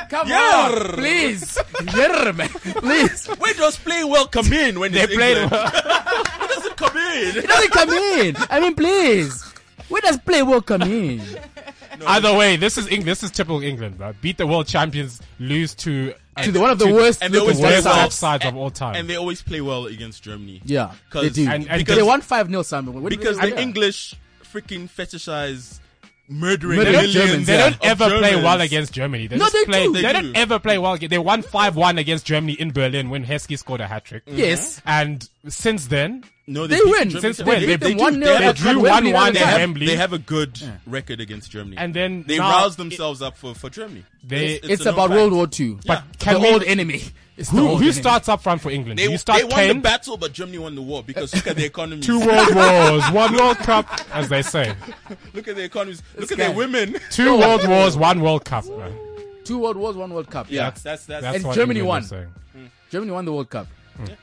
on. Come Yarr. on, please. Yarr, man. Please. Wait, was playing well. Come in when They it's played. England. well. <laughs> It doesn't come in. <laughs> It doesn't come in. I mean, please. Where does play will come in? Either way, this is England. This is typical England. Bruh. Beat the world champions, lose to to the, one of the worst and they looking always the play worst sides. well. top sides of all time. And they always play well against Germany. Yeah, they 'Cause- do. and- and because they won 5 0 Simon. What do you Because mean? the English freaking fetishize murdering Murder of millions. Germans, They yeah. don't ever play Germans. well against Germany. They No, just they play, do. They, They do. don't ever play well. They won 5 1 against Germany in Berlin when Heskey scored a hat trick. Yes. And since then, No, They beat win. Germany. Since They- when? they- They beat they them do. 1-0 They have they a But drew Wembley 1 the 1 other They at time. have, Wembley. they have a good record against Germany, And then they now- rouse themselves up for, for Germany. They- It's- it's, a about known World fact. War Two. Yeah. But Can the we- old enemy. It's the who, old who enemy. starts up front for England? They, you start they won the Kane, battle, but Germany won the war because look at the economies. <laughs> two world wars, one world cup, as they say. Look at the economies. Look at guy. their <laughs> women. Two world wars, one world cup. man. two World Wars, one World Cup? Yeah, that's that's. That's And what Germany England won. is saying. Germany won the World Cup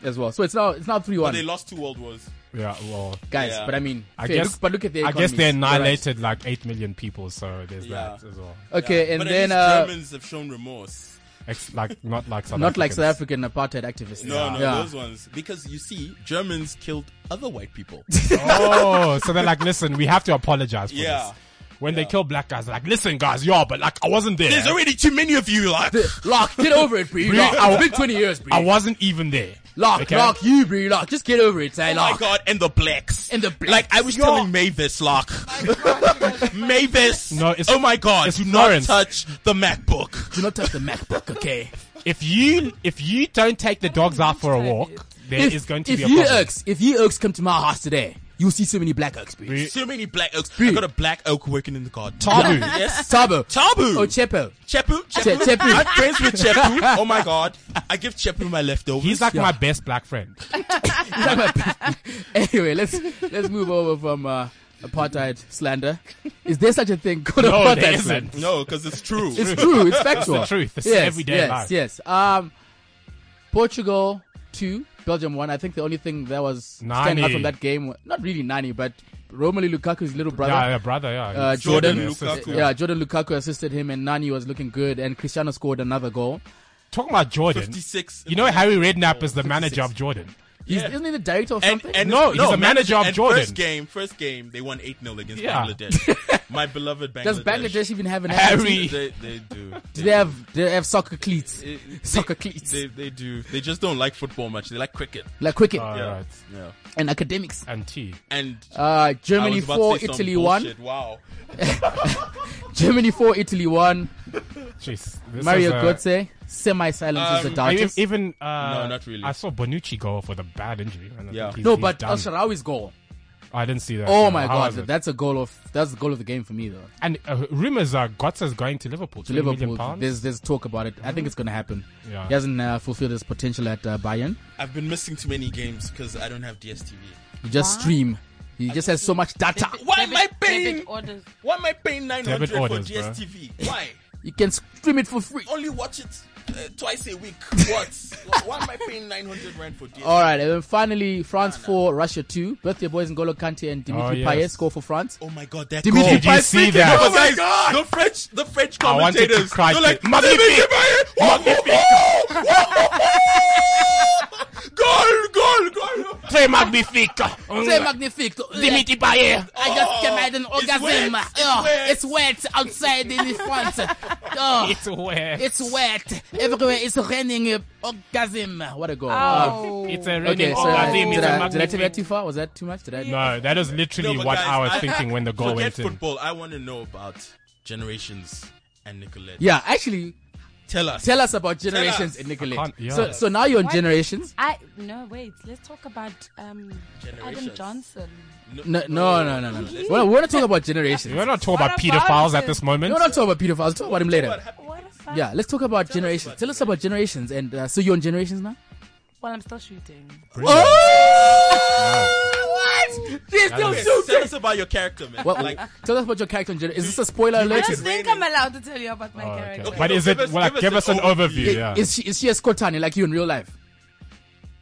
as well. So it's now it's now three but they one, lost two world wars. Yeah, well, guys. yeah. But I mean, I fair. guess. Look- but look at the. I guess they annihilated like eight million people, so there's Yeah. that as well. Okay, Yeah. and but then at least uh, Germans have shown remorse. Ex- like not like South not like Africans. South African apartheid activists. No, yeah. no, Yeah. those ones. Because you see, Germans killed other white people. Oh, so they're like, listen, we have to apologize for Yeah. this. When they kill black guys, they're like, listen, guys, y'all, but like, I wasn't there. There's already too many of you. Like, oh Lark, get over it, Bree. Lark, I- it's been 20 years, Bree. I wasn't even there. Lark, Okay? Lark, you, Bree, Lark. Just get over it, say, oh my Lark. god, and the blacks. And the blacks. Like, I was Yo. telling Mavis, like, Mavis. No, it's- oh my god, it's do not ignorance. touch the MacBook. Do not touch the MacBook, okay? If you if you don't take the dogs out for a walk, there is if, going to if be a you problem. irks, if you irks come to my house today, you'll see so many black irks, Bree. So many black oaks. I got a black oak working in the garden. <laughs> Tabu. Yes. Tabo. Tabu. Oh, Chepo. <laughs> Chepu. Chepu. Che- Chepu. I'm friends with <laughs> Chepu. Oh my god. I give Chepu my leftovers. He's like Yeah. my best black friend. anyway, let's let's move over from uh, apartheid slander. Is there such a thing called No, apartheid there slander? isn't. no, because it's true. It's true. It's factual. the truth. It's yes, everyday yes, life. Yes. Um, Portugal two, Belgium one. I think the only thing that was standing out Nani. from that game, wa- not really Nani, but Romelu Lukaku's little brother. Yeah, yeah, brother, yeah. Uh, It's- Jordan, Jordan Lukaku. Lukaku. yeah, Jordan Lukaku assisted him, and Nani was looking good, and Cristiano scored another goal. Talking about Jordan, 56. you know Harry Redknapp is the manager of Jordan. He's, Yeah. Isn't he the director of And, something? and No, he's a manager of and Jordan. First game, first game, they won 8 0 against Yeah. <laughs> Bangladesh. My beloved Bangladesh. Does Bangladesh even have an Harry. African- They, they do. Do they have do they have soccer cleats? They- soccer they, cleats, They, they do. They just don't like football much. They like cricket. like cricket All Yeah. right. Yeah. and academics. Uh, And T. And Uh, I Germany was about four, to say some Italy one. bullshit. Wow. Germany four, Italy one. Jeez, this Mario is, uh, Götze, semi-silence is the um, I mean, Dodgers. even uh, No, not really. I saw Bonucci go for the bad injury. and I Yeah. think he's- no, he's but done. El Shaarawy's goal. I didn't see that. Oh No, my how god, was it? that's a goal of that's the goal of the game for me though. And uh, rumors are Gotza's going to Liverpool. To 20 million Liverpool, pounds. there's there's talk about it. I think it's going to happen. Yeah. He hasn't uh, fulfilled his potential at uh, Bayern. I've been missing too many games because I don't have DSTV. You just stream. He just has so much data. Why am I paying? David orders. Why am I paying 900 for orders, bruh. DSTV? Why? You can stream it for free. Only watch it uh, twice a <laughs> week. What? Why am I paying 900 rand for DSTV? All right, and then finally France four, Russia two. Both your boys N'Golo Kante and Dimitri Oh, yes. Payet score for France. Oh my god, that Dimitri goal. Did you see that? Oh my god! The French, the French I wanted commentators. to cry. They're like, Magnifique! Dimitri oh, Payet! oh, One more oh, goal! One more goal! Goal! Goal! Goal! Sei magnifique. C'est magnifique. Dimitri Payet. I just came out an orgasm. wet. It's Oh, wet. It's wet outside in the front. Oh, It's wet. it's wet. Everywhere it's raining uh, orgasm. What a goal. Uh, Oh. It's a okay, raining so uh, orgasm. did, It's a I, did I take that magnifique. too far? Was that too much? Did I? No, that is literally but what guys, I was thinking when the goal Forget went in. football. I want to know about generations and Nicolette. Yeah, actually, Tell us. tell us about generations us. in I Nicolette. can't- yeah. So, so now you're on What? generations. I no wait. Let's talk about um, Adam Generations. Johnson. No, no, no, no, no. no. We're, we're not talking about generations. We're not talking about What about pedophiles it? at this moment. We're not talking about pedophiles. I'll talk about him later. What a fuck. Yeah, let's talk about generations. Tell us about generations. And uh, so you're on generations now. Well, I'm still shooting. Oh, what? She's still Okay, shooting. tell us about your character, man. What, like, tell us about your character. In general. Is this a spoiler I alert? don't It's think raining. I'm allowed to tell you about my Oh, okay. character. But no, is give it us- well, like, give us an overview? I- yeah. Is she is she a Scotani like you in real life?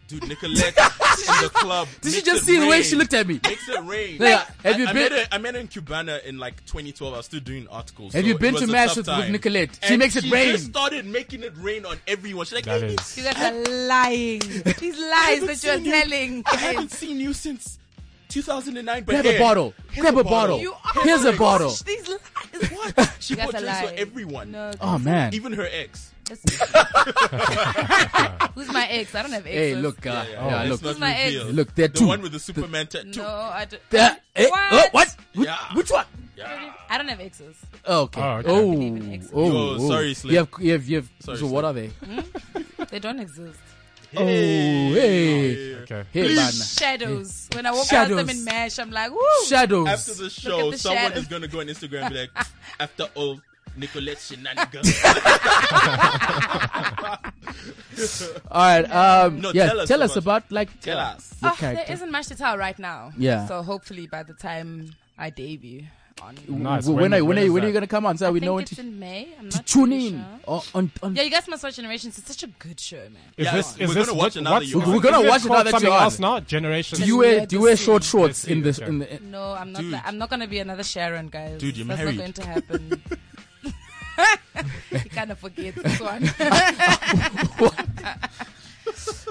dude, Nicolette in the club. <laughs> Did you makes just it see the way rain. she looked at me? Makes it rain. Yeah, have I, you I Met been- her, I met her in Cubana in like 2012. I was still doing articles. Have so you it been was to a Mash tough with- with time. Nicolette? She And makes it she rain. Just started making it rain on everyone. She's like, That "Hey, is. You guys are lying. These lies haven't that you're seen you. telling. I haven't seen you since 2009. But Grab here, a bottle. here's Grab a bottle. You Here's a are- bottle. These lies. What? She You guys bought are drinks for lying. everyone, No, Oh man. even her ex. that's- Who's my ex? I don't have exes. Hey, look, uh, yeah, yeah, look, let's not Who's my ex? reveal. look, there are the two. one with the Superman tattoo. No, I don't. There- eh, what? oh, what? Wh- Yeah. Which one? I don't have exes. Okay. Oh, Oh, okay. oh, Yo, oh. sorry, Slim. You have, you have, you have. Sorry, so what are they? They don't exist. Oh, hey, Yeah. Okay. hey, man. Shadows. When I walk past Shadows. them in Mash, I'm like, woo. After Shadows. the show, the someone shadows. is gonna go on Instagram and be like, <laughs> after all, Nicolette shenanigans. All right. Um. No, yeah. tell us about, about- like. Tell uh, us. Your Oh, there character. isn't much to tell right now. Yeah. So hopefully by the time I debut on. Nice. When, when, are, when, when are, is you- when are that? you gonna come on? So I we think know when it's to, in May. I'm to not tune really in. sure. Oh, on, on, Yeah, you guys must watch Generations. It's such a good show, man. Is Yeah, this we're is gonna this watch what- another what's- Johan. We're gonna is this watch called another something Johan. else now? Generation. Do you wear do you wear short Let's shorts see, in this? okay. In the, No, I'm not. Dude. That, I'm not gonna be another Sharon, guys. Dude, you're That's married. not going <laughs> to happen. you kind of forget this one.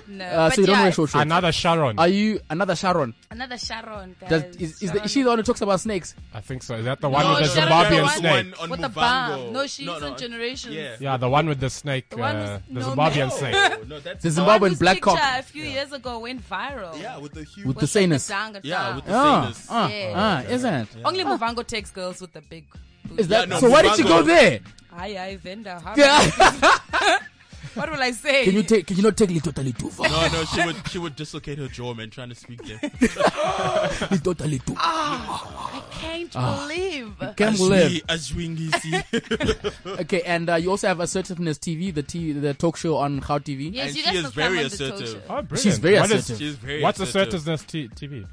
no, uh, but so you don't yeah, wear short shorts. Another Sharon. Are you another Sharon? Another Sharon, guys. Does, is, is, the, Sharon is she the one who talks about snakes? I think so. Is that the one No, with the Sharon Johan Zimbabwean was snake? one on with the Movango. bomb? No, she's No, no, on Generations. yeah. Yeah, the one with the snake. one uh, with the no Zimbabwean mouth. snake. <laughs> Oh, no, that's The The one Zimbabwean whose black picture cock. A few years ago went viral. yeah, with the huge. With Was the like sanus. Danga yeah, Dang. with the Ah, sanus. ah, Yeah. ah, isn't Only Movango takes girls with the big. booty. is that Yeah, no, so? Why did you go Muvhango- there? Aye, aye, <laughs> vendor. How- Yeah. What will I say? can you take? Can you not take little too far? No, no, she would she would dislocate her jaw, man, trying to speak there. <laughs> Little too. Ah. far. I can't Ah. believe. Can't believe. Ashwingisi. Okay, and uh, you also have assertiveness TV, the TV, the talk show on How TV. Yes, And you she guys is must very come on the talk assertive. show. Oh, brilliant. She's very What is- assertive. She's very. What's assertive. assertiveness t- TV?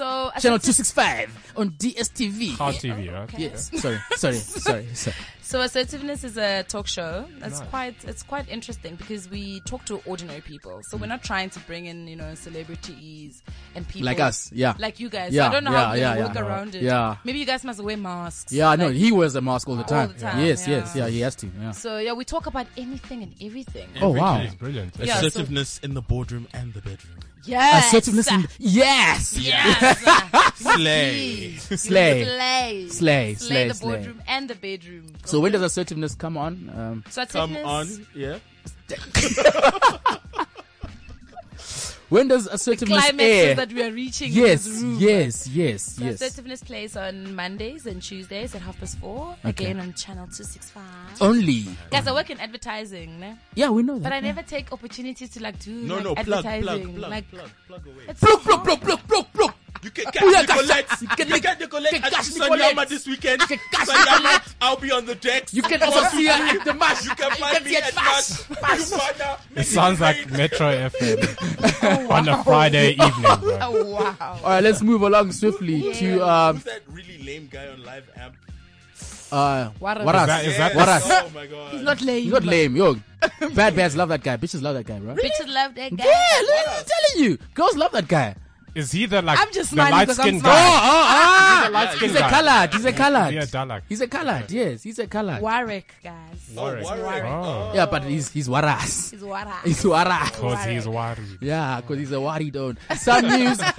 Oh, So Channel assertive- two six five on DSTV. How TV, right? Yes. sorry, sorry, sorry, sorry. So assertiveness is a talk show. It's Nice. quite it's quite interesting because we talk to ordinary people. So we're not trying to bring in you know celebrities and people Like us, yeah. like you guys. Yeah, I don't know yeah, how we yeah, work yeah. around it. Yeah. maybe you guys must wear masks. Yeah, no, Like, he wears a mask all the All time. the time, yes, yeah. yes, yeah, he has to. Yeah. so yeah, we talk about anything and everything. Oh wow. It's <laughs> brilliant. Yeah, so- Assertiveness in the boardroom and the bedroom. Yes. Assertiveness. in- Yes. <laughs> <laughs> Yes. Slay. Please. You Slay. Slay. Slay, slay, the slay. boardroom and the bedroom. So when does assertiveness come on? Um, so Come assertiveness- on, yeah. when does The assertiveness climaxes air? that we are reaching. in this yes, room. yes, yes, So yes. Assertiveness plays on Mondays and Tuesdays at half past four. Again on channel 265. Only. Guys, I work in advertising, ne? Yeah, we know that. but I never take opportunities to like do No, like, no, plug, advertising. plug, plug, like, plug, plug away. It's Plug, plug, plug, plug, plug, plug. You can Booyah, catch Nicolette. gotcha. You Get can Nic- catch Nicolette get at catch Sanyama Nicolette. this weekend. Get catch Nicolette. Sanyama, I'll be on the decks. You can also see her at the match. You <laughs> can find me see at Mash. Cubana, It make sounds like rain. <laughs> Metro FM <laughs> on a Friday evening. bro. Oh, wow. All right, let's move along swiftly to um Who's that really lame guy on live amp? uh What a- what Is us? that- is that- what us? Oh my god. He's not lame. He's not lame, yo. Bad bads love that guy. Bitches love that guy, bro. Bitches love that guy. Yeah, look, I'm telling you, girls love that guy. Is he the like I'm just the smiling light because I'm skinned smiling. guy? Ah, ah, light-skinned he's a guy. colored. He's a colored. Yeah, Dalak. He's a colored. Yes, he's a colored. Warwick, guys. Warwick. Warwick. Oh, Yeah, but he's he's waras. He's Warwick. He's waras. because he's wari. Yeah, because he's a worried old. Some news. <laughs>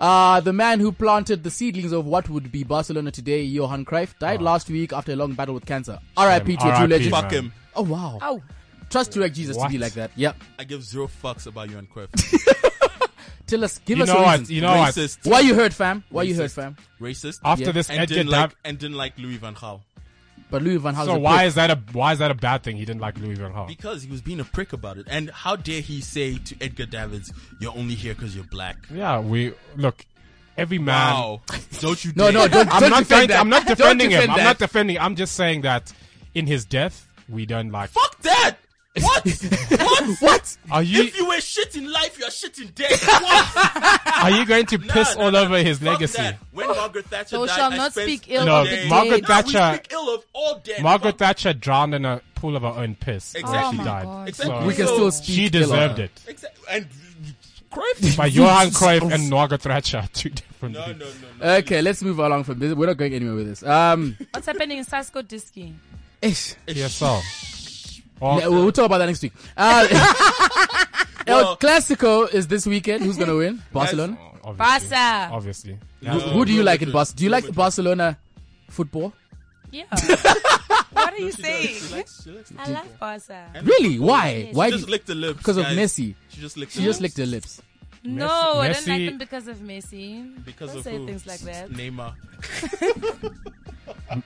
Uh, the man who planted the seedlings of what would be Barcelona today, Johan Cruyff, Ah. died last week after a long battle with cancer. R.I.P. to a true R.I.P., legend. man. Fuck him. Oh wow! Oh, Trust to like Jesus to be What? like that. Yep. I give zero fucks about Johan Cruyff. Tell us, give You us know a what? reason. <laughs> You know what? Racist. Why you hurt, fam? Why you hurt, Racist. fam? Racist. After Yeah. this, and Edgar didn't like Dav- and didn't like Louis van Gaal But Louis Van Gaal. So why is that a why is that a bad thing? He didn't like Louis Van Gaal. because he was being a prick about it. And how dare he say to Edgar Davids, "You're only here because you're black." Yeah, we look. Every man. Wow! Don't you? No, Dare. no, don't, I'm don't not. defend going- that. I'm not Don't defending him. defend I'm that. not defending. I'm just saying that in his death, we don't like. <laughs> Fuck that! <laughs> What? what? What? Are you If you were shit in life, you're shit in <laughs> death. What? are you <laughs> going to piss no, all no, over his Fuck legacy? that. When Margaret Thatcher Thou died, shalt I not spent speak ill No, of the Margaret No, dead. Thatcher- We speak ill of all dead. Margaret Fuck. Thatcher drowned in a pool of her own piss Exactly. when Oh she my died. God. Exactly. We can So- still speak. She ill of deserved her. it. Exactly. And Cruyff. By Johan Cruyff and Margaret Thatcher, two different. No, no, people. no, no. Okay, let's move along from this. We're not going anywhere with this. <laughs> Um, what's happening in Sasko Diski? ish. PSL. Or- Yeah, we'll, we'll talk about that next week. Uh, <laughs> El Well- Clasico is this weekend. Who's gonna <laughs> win? Barcelona. obviously. Barca. Obviously. Who, who do you Real like in Madrid. Barcelona? Do you Real like Madrid. Barcelona football? <laughs> Yeah. what are you saying? I love Barca. Really? Why? She Why? do just you- licked the lips. Because of guys. Messi. She just licked She just licked her lips. No, Messi- I don't Messi- like them because of Messi. Because don't of say who? things like that. Neymar.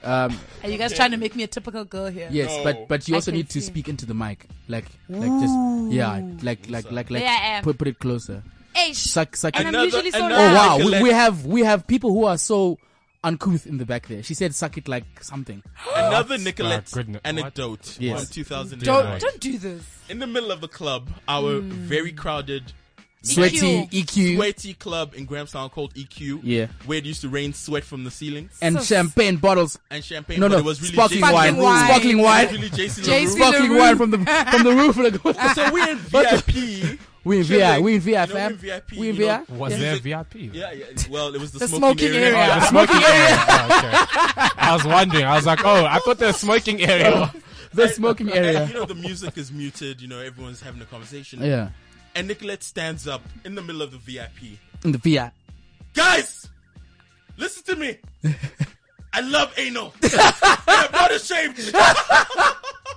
Um, Are you guys trying to make me a typical girl here? yes, No. but but you I also can need to see. speak into the mic, like like just yeah, like like like like There I am. put put it closer. Hey, sh- Suck suck. and it. Another- I'm usually so another- Oh I loud. wow, we, collect- we have we have people who are so uncouth in the back there. She said suck it like something. Another Ah, Nicolette goodn't- anecdote Yes. from 2009. Don't Hmm. don't do this. In the middle of a club, our very crowded, E Sweaty E EQ. sweaty club in Grahamstown called EQ. Yeah. Where it used to rain sweat from the ceiling and So- champagne bottles. and champagne. No, but no, it was really sparkling Jason wine, LaRue. wine. sparkling It wine, was really Jason Jason- LaRue. sparkling LaRue. wine from the from the roof. Like, So <laughs> we're in VIP. uh, we in VI, we in VI, You know, we're fam. in VIP, We in you know. VI. Was there VIP? Yeah, yeah. Well, it was the, The smoking, smoking area. <laughs> area. Oh, the smoking area. Oh, okay. I was wondering. I was like, oh, I thought the smoking <laughs> area. The smoking And, area. you know, the music is muted. You know, everyone's having a conversation. Yeah, And Nicolette stands up in the middle of the VIP. in the VI. Guys, listen to <laughs> me. I love anal. I'm not ashamed.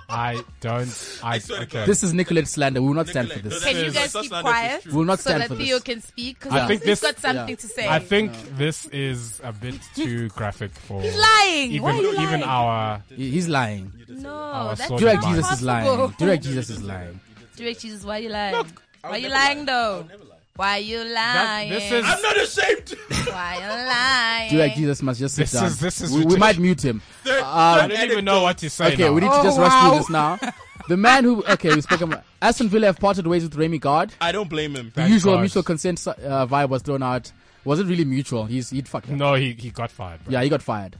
I don't. I, I swear to okay. God. This is Nicolette slander. We will not stand for Nicolette, no, this. that Can you is- guys that's keep not- that's quiet? true. We will not so stand that for Theo this. can speak I because think he's this- got something to say. I think this is a <laughs> bit too graphic for He's lying. even Why are you lying? even our. He- He's lying. no, that's sorry, Direct Mike. not Jesus is lying. possible. Direct Jesus is <laughs> lying. Direct Jesus, why are you lying? why are you never lying lie. I though? would never lie. Why are you lying? this is- I'm not ashamed. <laughs> why are you lying? Direct Jesus must just sit This down. is- this is We- we ridiculous. might mute him. Third- I third don't anecdote. even know what to say Okay, now. we need to Oh, just rush through wow. this now. The man who okay, we spoke about Aston Villa have parted ways with Remy Gard. I don't blame him. The usual God. mutual consent uh, vibe was thrown out. Was it really mutual? He's he'd fucked. up. no, he he got fired. Bro. Yeah, he got fired.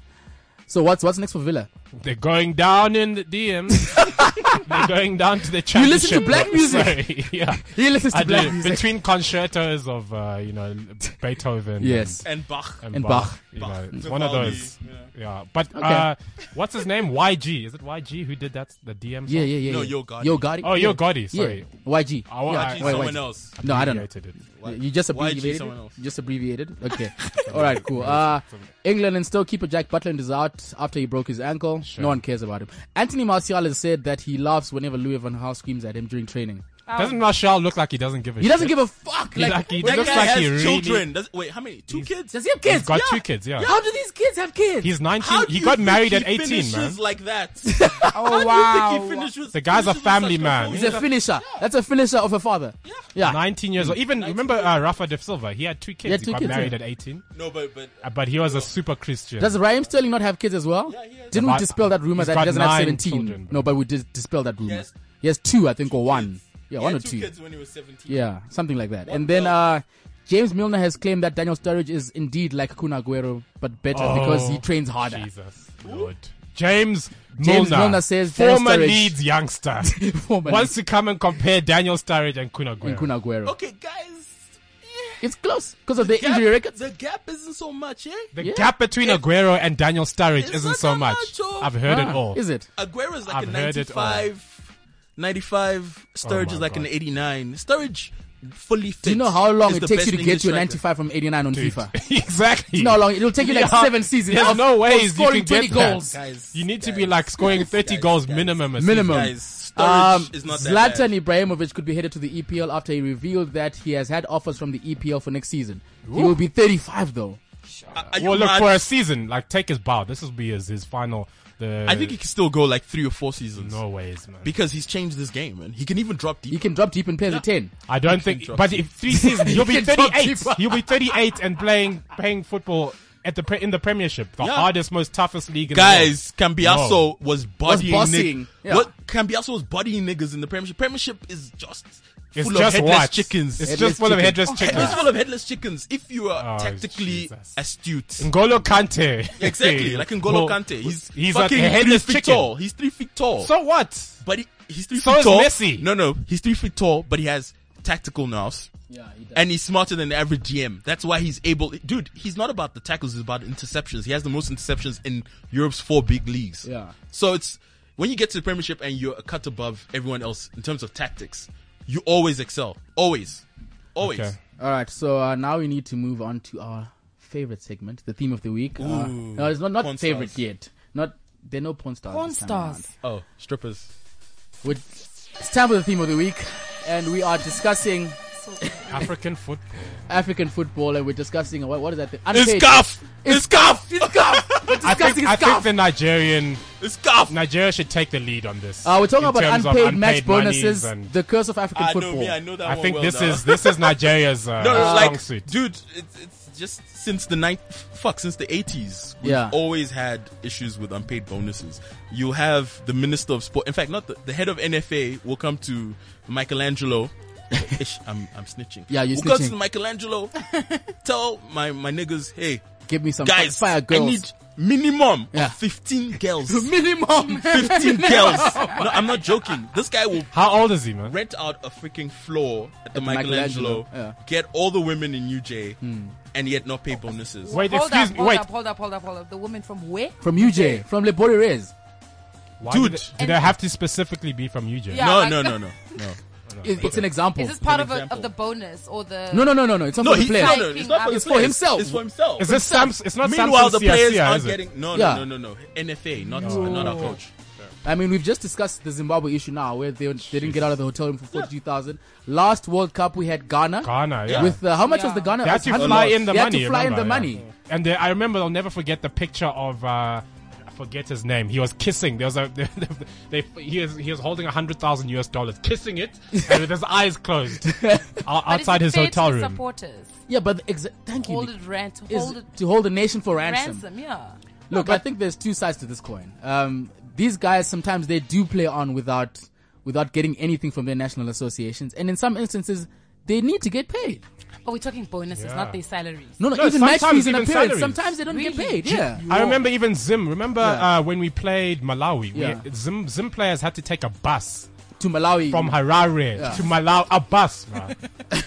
So what's what's next for Villa? They're going down in <laughs> the DMs. They're going down to the You championship. listen to black music. Sorry, <laughs> yeah. He listens to I black do. music. Between concertos of, uh, you know, Beethoven. yes. And Bach. And, And and Bach. Bach. You know, Bach. it's one of Vivaldi, those. yeah. Yeah. But, uh, what's his name? YG. Is it YG who did that? The DM? Yeah, yeah, yeah. No, yeah. Yo Gotti. Yo Gotti. Oh, Yo Gotti, Yeah. sorry. YG. I wa- Yeah, I- Actually, wait, someone wait. else. No, I don't know. Created it. You just abbreviated. someone else. You just abbreviated. Okay. <laughs> All right. <laughs> Cool. Uh, England and still keeper Jack Butland is out after he broke his ankle. No one cares about him. Anthony Martial has said that he laughs whenever Louis Van Gaal screams at him during training. Doesn't Marshall look like he doesn't give a He doesn't give shit? a fuck. Like, like, he That looks guy like has he really. children. Does- wait, how many? Two kids? does he have kids? He's got Yeah. two kids, yeah. How do these kids have kids? He's 19. How do he you got think married at he 18, finishes man. like <laughs> that. oh, How do wow. you think he finishes? The guy's finishes with a such family man. composure? He's a finisher. That's a finisher of a father. Yeah. Yeah. 19 years old. Even remember uh, Rafa de Silva? He had two kids. He, had two got kids, married yeah. at 18. No, but but Uh, But he was a super Christian. Does Raheem Sterling not have kids as well? he has- Didn't we About- dispel that rumor He's that he got doesn't have nine 17? children, bro. no, but we did dispel that rumor. has- He has two, I think, or one. Yeah, he one had or two two. kids when he was 17. Yeah, something like that. and the- then uh, James Milner has claimed that Daniel Sturridge is indeed like Kun Aguero, but better because he Oh, trains harder. <laughs> Jesus, Lord. James Milner, James Milner says former Daniel Sturridge- Leeds youngster, Formerly. wants to come and compare Daniel Sturridge and Kun Aguero. Kun Aguero. Okay, guys. It's close because of their injury records. The gap isn't so much, eh? The Yeah. gap between Aguero and Daniel Sturridge It's isn't not so that much. much, oh. I've heard it Ah, all. Is it? Aguero's like I've a heard it all. Oh 95, 95. Sturridge my is like an God. 89. Sturridge fully fit. Do you know how long is it the takes best you to English get to a striker. 95 from 89 on FIFA? Do <laughs> exactly. you know how long? It'll take you like <laughs> Yeah. seven seasons. There's of- no of ways you scoring can 20 get that. goals. Guys, You need to guys, be like scoring 30 guys, goals guys, minimum. a Minimum. Guys, Sturridge Um, is not that bad. Zlatan Ibrahimovic could be headed to the EPL after he revealed that he has had offers from the EPL for next season. He will be 35 though. Are season. you Well, look mad? for a season. Like take his bow. This will be his, his final. The I think he can still go like three or four seasons. no ways, man. Because he's changed this game, man. He can even drop He deep. can drop deep in players at 10. I don't think. drop But if <laughs> three seasons, you'll He be can drop 38. deeper. You'll be 38 and playing playing football at the pre- in the Premiership, the Yeah. hardest, most toughest league. In Guys, Cambiaso No. was bodying bossing, niggas. yeah. What Cambiaso was bodying niggas in the Premiership. Premiership is just the world. full it's just of headless what? chickens. It's Headless just full of chicken. headless chickens. Headless full of headless chickens. If you are Oh, tactically Jesus. astute. N'Golo Kante. <laughs> <laughs> Exactly, like N'Golo Well, Kante. He's, he's fucking a three headless feet chicken. tall. He's three feet tall. So what? but he, he's three So feet is tall. Messi. No, no, he's three feet tall, but he has tactical nous. Yeah, he does. And he's smarter than the average GM. That's why he's able. Dude, he's not about the tackles. He's about interceptions. He has the most interceptions in Europe's four big leagues. Yeah. So it's when you get to the Premiership and you're a cut above everyone else in terms of tactics, you always excel. Always, always. Okay. All right, so uh, now we need to move on to our favorite segment, the theme of the week. uh, Ooh, no, it's not, porn not favorite stars. yet. Not there are no porn stars. Porn this time stars. around. Oh, strippers. With, it's time for the theme of the week, and we are discussing African football. African football, and we're discussing what, what is that? Thing? Unpaid. It's cuff. It's cuff. It's cuff. <laughs> We're I think, discussing I it's cuff. think the Nigerian It's cuff. Nigeria should take the lead on this. Uh, we're talking in about terms unpaid, of match unpaid monies bonuses, and- the curse of African I football. know Ah, me. I know that I one think well this now. is this is Nigeria's <laughs> uh, No, no, strong like, suit. dude, it's, it's just since the ninth, fuck, since the eighties, we've Yeah. always had issues with unpaid bonuses. You have the minister of sport. In fact, not the, the head of NFA will come to <laughs> Michelangelo. Ish, I'm, I'm snitching. Yeah, you're we'll go snitching. to <laughs> Michelangelo. tell my, my niggas, hey, Give me some guys, fire I girls. need minimum Yeah. of 15 girls. <laughs> minimum. 15 girls. <laughs> No, I'm not joking. This guy will How old is he, man? rent out a freaking floor at, the the Michelangelo, Michelangelo, yeah. Hmm. get all the women in UJ, and yet not pay bonuses. Wait, hold excuse up, me. hold Wait, up, hold up, hold up, hold up. The woman from where? From UJ, from Le Borires. Why Dude. Do they, do they have to specifically be from UJ? Yeah. No, like- no, no, no, no. It, it's an example. Is this an part of, a, example. of the bonus or the? No, no, no, no, no. It's not No, for the he, player. no, no, it's not for the It's for players. himself. It's for himself. Is this Sam's? It's not Meanwhile, the Samson players Siasia, aren't is it? getting no, Yeah. no, no, no, no. NFA, not not our coach. I mean, we've just discussed the Zimbabwe issue now, where they, they didn't get out of the hotel room for forty-two thousand. Last World Cup, we had Ghana. Ghana, yeah. With uh, how much Yeah. was the Ghana? they had to 100? fly in the They had money. to fly in remember, the yeah. money. And the, I remember, I'll never forget the picture of. Uh, I forget his name. He was kissing. There was a. <laughs> They, they, he was he was holding a hundred thousand US dollars, kissing it, and with his <laughs> eyes closed o- But is outside it his fair to hotel the room. Supporters Yeah, but the exa- thank you. hold Nick. it rent, Is hold it to hold the nation for ransom. ransom. Yeah. Look, I think there's two sides to this coin. Um, these guys sometimes they do play on without without getting anything from their national associations, and in some instances they need to get paid. Oh, we're talking bonuses, Yeah. not their salaries. No, no, No, even match sometimes fees and even appearance. salaries. Sometimes they don't get Really? paid. Yeah, I remember even Zim. Remember Yeah. uh, when we played Malawi? Yeah. We, Zim Zim players had to take a bus to Malawi from Harare to Malawi. A bus, <laughs> man.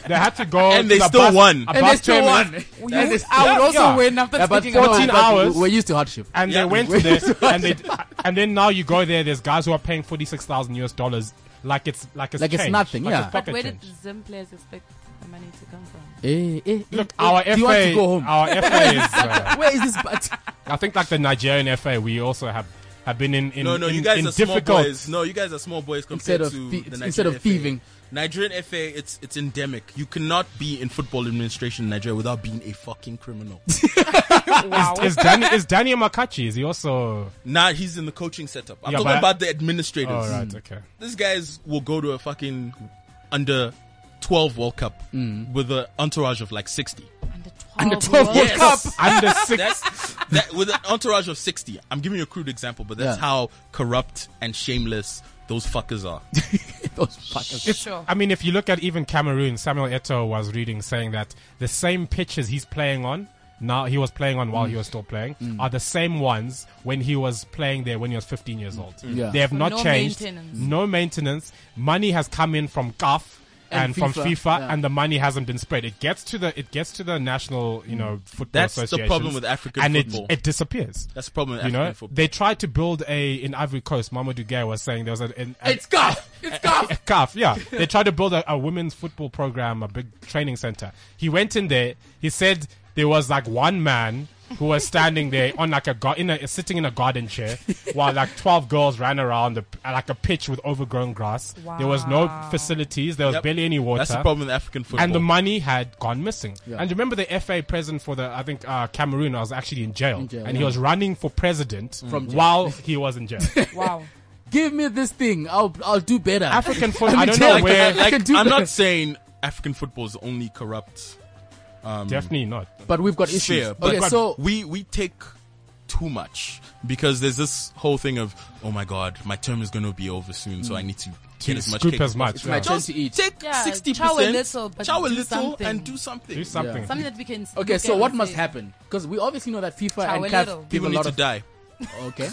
they had to go, And to they the still bus- won. A and they bus still came in, won. And they- I would Yeah, also yeah. win after About speaking about 14 it. hours. We're used to hardship. and Yeah. they went to there, and they, <laughs> and then now you go there. There's guys who are paying forty six thousand US dollars, like it's like it's Like it's change, nothing, like yeah. it's But pocket where change. did Zim players expect the money to come from? Eh, eh, eh, Look, eh, our do you want to go home? FA, our <laughs> FA is. Uh, Where is this? But I think like the Nigerian FA, we also have have been in in, No, no, in, you guys in are difficult. small boys. No, you guys are small boys compared Instead of to thie- the Nigerian instead of FA. thieving. Nigerian FA, it's it's endemic. You cannot be in football administration in Nigeria without being a fucking <laughs> criminal. Wow. Is Danny is Danny Makachi? Is he also? nah, he's in the coaching setup. I'm Yeah, talking but- about the administrators. All right, okay. these guys will go to a fucking under 12 World Cup Mm. with an entourage of like 60. Under 12, under twelve World <laughs> World <laughs> Yes. Cup. Under six. That's <laughs> that with an entourage of 60. I'm giving you a crude example, but that's Yeah. how corrupt and shameless those fuckers are. <laughs> Those fuckers. Sure. I mean, if you look at even Cameroon, Samuel Eto'o was reading saying that the same pitches he's playing on now he was playing on while Mm. he was still playing are the same ones when he was playing there when he was 15 years old. Mm. Yeah. They have not No changed. maintenance. No maintenance. Money has come in from CAF. And and, from FIFA, FIFA, yeah. and the money hasn't been spread. It gets to the it gets to the national, you know, football Mm. That's the associations, problem with African and football. it it disappears. That's the problem with you African know, football. they tried to build a in Ivory Coast. Mamadou Gay was saying there was an, an, an It's golf. It's golf. a calf, yeah. They tried to build a, a women's football program, a big training center. He went in there. He said there was like one man who was standing there on like a gar- in a sitting in a garden chair while like 12 girls ran around the, like a pitch with overgrown grass. There was no facilities. There was Yep. barely any water. That's the problem with African football. And the money had gone missing. And remember the FA president for the, I think, uh, Cameroon was actually in jail. jail, and he yeah. was running for president Mm. From jail. while he was <laughs> in jail. Wow. Give me this thing. I'll I'll do better. African football, I I'm in don't jail. know like, where, I can like, do I'm that. not saying African football is the only corrupt Um, definitely not. but we've got issues. sphere, but okay, so we we take too much because there's this whole thing of oh my god, my term is going to be over soon, Mm. so I need to get as much. scoop cake as much, It's my yeah. turn to eat. Take Yeah, sixty chow a percent, little, but chow a do little, something. and do something. Do something. Something that we can. <laughs> s- okay, look so at what and must say- happen? Because we obviously know that FIFA Chow and a little. CAF give People a need lot to of die. okay.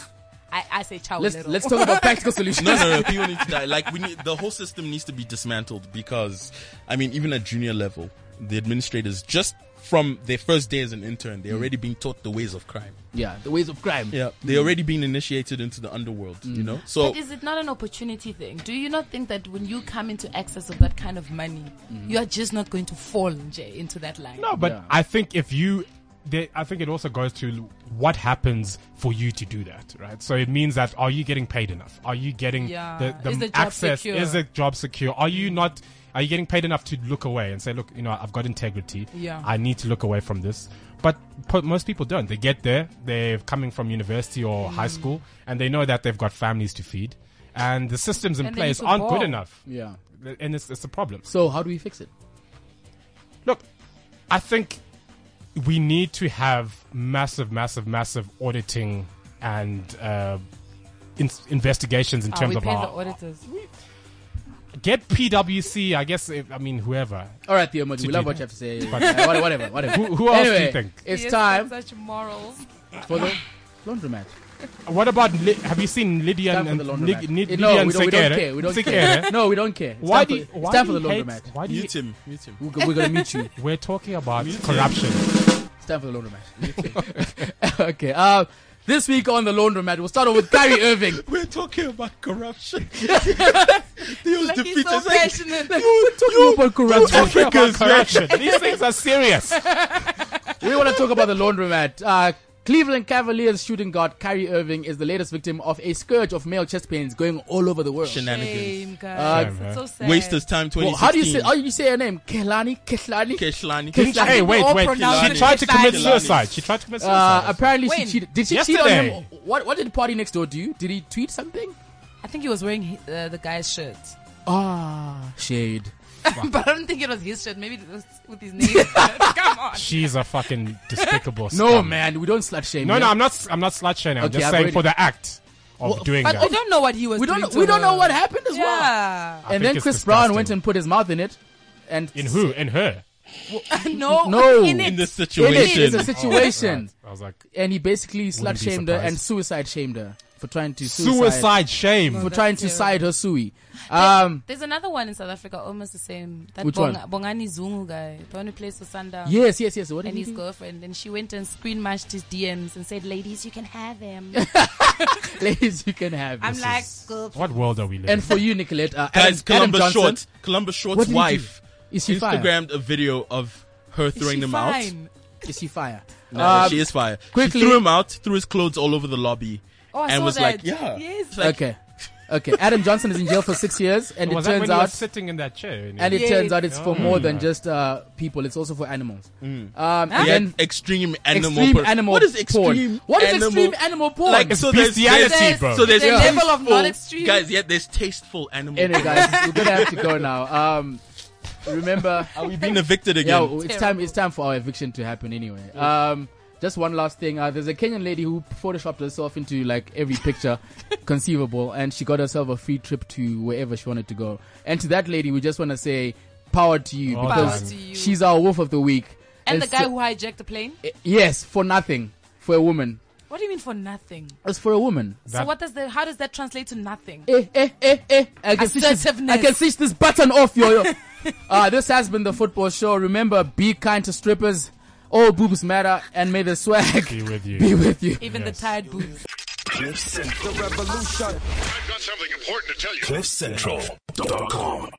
I, I say chow Let's a little. let's talk <laughs> about practical <laughs> solutions. No, <laughs> no, no. People need to die. Like we need the whole system needs to be dismantled because, I mean, even at junior level, the administrators just from their first day as an intern, they're already being taught the ways of crime. Yeah, the ways of crime. Mm. Yeah, Mm. they're already being initiated into the underworld. You know, so But is it not an opportunity thing? Do you not think that when you come into access of that kind of money, Mm-hmm. you are just not going to fall Jay, into that line? No, but Yeah. I think if you, there, I think it also goes to what happens for you to do that, right? So it means that are you getting paid enough? Are you getting Yeah. the, the Is the job access? secure? Mm. Is the job secure? Are you not? Are you getting paid enough to look away and say, look, you know, I've got integrity. Yeah. I need to look away from this. But po- most people don't. They get there, they're coming from university or high Mm. school, and they know that they've got families to feed, and the systems in And they need place to aren't good evolve. enough. Yeah. And it's, it's a problem. So how do we fix it? Look, I think we need to have massive, massive, massive auditing and uh, in- investigations in Ah, terms we of pay our the auditors. get PwC. I guess if, I mean whoever. All right, Theo, Moji, we do love what that. you have to say. Uh, what- whatever, whatever. Who- who else do you Anyway, think? It's time Such morals. for the laundromat. What about Li- have you seen Lydia Time and, for the and laundromat. Lig- Nid- Eh, Lydia no, and we don't, we don't Sekere? care. We don't Sekere? care. No, we don't care. It's <laughs> time Why do for- you, it's why time do for the you hate, laundromat. Why do you, mute him, mute him. We're go- we're gonna meet you. we're talking about <laughs> corruption. It's time for the <laughs> laundromat. <laughs> okay. Uh, this week on the laundromat, we'll start off with Kyrie <laughs> Irving. We're talking about corruption. Theo's Like he's defeat so is like, passionate. We're talking about corruption. Talking about corruption. These things are serious. we want to talk about the laundromat. Uh, Cleveland Cavaliers shooting guard Kyrie Irving is the latest victim of a scourge of male chest pains going all over the world. shenanigans. Shame, guys. Shame, huh? It's so sad. Waste his time. Twenty. Well, how do you say? How do you say her name? Kelani, Ketlani. Keshlani? Kesh- hey, wait, all wait. pronounce She it tried to commit Kehlani. suicide. She tried to commit Uh, suicide. apparently she When? cheated. Did she cheat on Yesterday. him? What What did Party Next Door do? Did he tweet something? I think he was wearing hi- uh, the guy's shirt, Ah, shade. but I don't think it was his shirt. Maybe it was with his <laughs> name. Come on. She's a fucking despicable. No, scum. man, we don't slut shame. No, yeah? no, I'm not. I'm not slut shaming. I'm Okay, just I've saying already- for the act of Well, doing But we that. don't know what he was. We doing don't. to We don't her. know what happened as well. <laughs> Yeah. think And then it's Chris Brown disgusting. went and put his mouth in it, and In who? In her. no. No. In <laughs> in it. this in situation? it, it's a situation. Right. I was like and he basically slut Oh. Wouldn't be shamed her and surprised. suicide shamed her for trying to suicide, suicide, shame. for trying to That's side her sui. Um, There's another one in South Africa, almost the same. That Which Bonga- Bongani Zungu guy, the one who plays Susanda. yes, yes, yes. What did And he his do? girlfriend, and she went and screen matched his DMs and said, "Ladies, you can have him." <laughs> Ladies, you can have. I'm this. like, "Girl, What world are we living? and for you, Nicolette, uh, Guys, Adam, Columbus Adam Johnson, Short, Columbus What Short's did he do? wife is she fire? Instagrammed a video of her is throwing she them out. fine? Is she fire? No, Um, she is fire. quickly- she threw him out, threw his clothes all over the lobby, Oh, I and saw was that. like, "Yeah, Yes. Like, Oh, okay, okay. Adam Johnson is in jail for six years, and was it that when turns he was out, sitting in that chair? and it Yeah. turns out it's for Oh, more than right. just uh, people. It's also for animals. Um, and Mm. He had then extreme animal. extreme porn. animal What is porn. extreme? What is animal? extreme animal porn? Like It's so there's- bestiality, there's- bro. So there's The level of tasteful- non-extreme. Guys, yeah, there's tasteful animal. anyway, porn. <laughs> guys, we're gonna have to go now. Um, remember, Are we being evicted Yeah, again? well, it's time. It's time for our eviction to happen anyway. Um, just one last thing. Uh, there's a Kenyan lady who photoshopped herself into like every <laughs> picture conceivable, and she got herself a free trip to wherever she wanted to go. And to that lady, we just want to say power to you Well because done. Power to you. she's our wolf of the week. And the It's- eh, guy who hijacked the plane? yes, for nothing, for a woman. What do you mean for nothing? It's for a woman. So what does the how does that translate to noething? Eh, eh, eh, eh. I can switch this, I Assertiveness. <laughs> can switch this button off your. Uh, this has been the football show. Remember, be kind to strippers. All boobs matter, and may the swag Be <laughs> with you. Be with you. Even the tired boobs. Cliffcentral- I've got something important to tell you. Cliffcentral.com.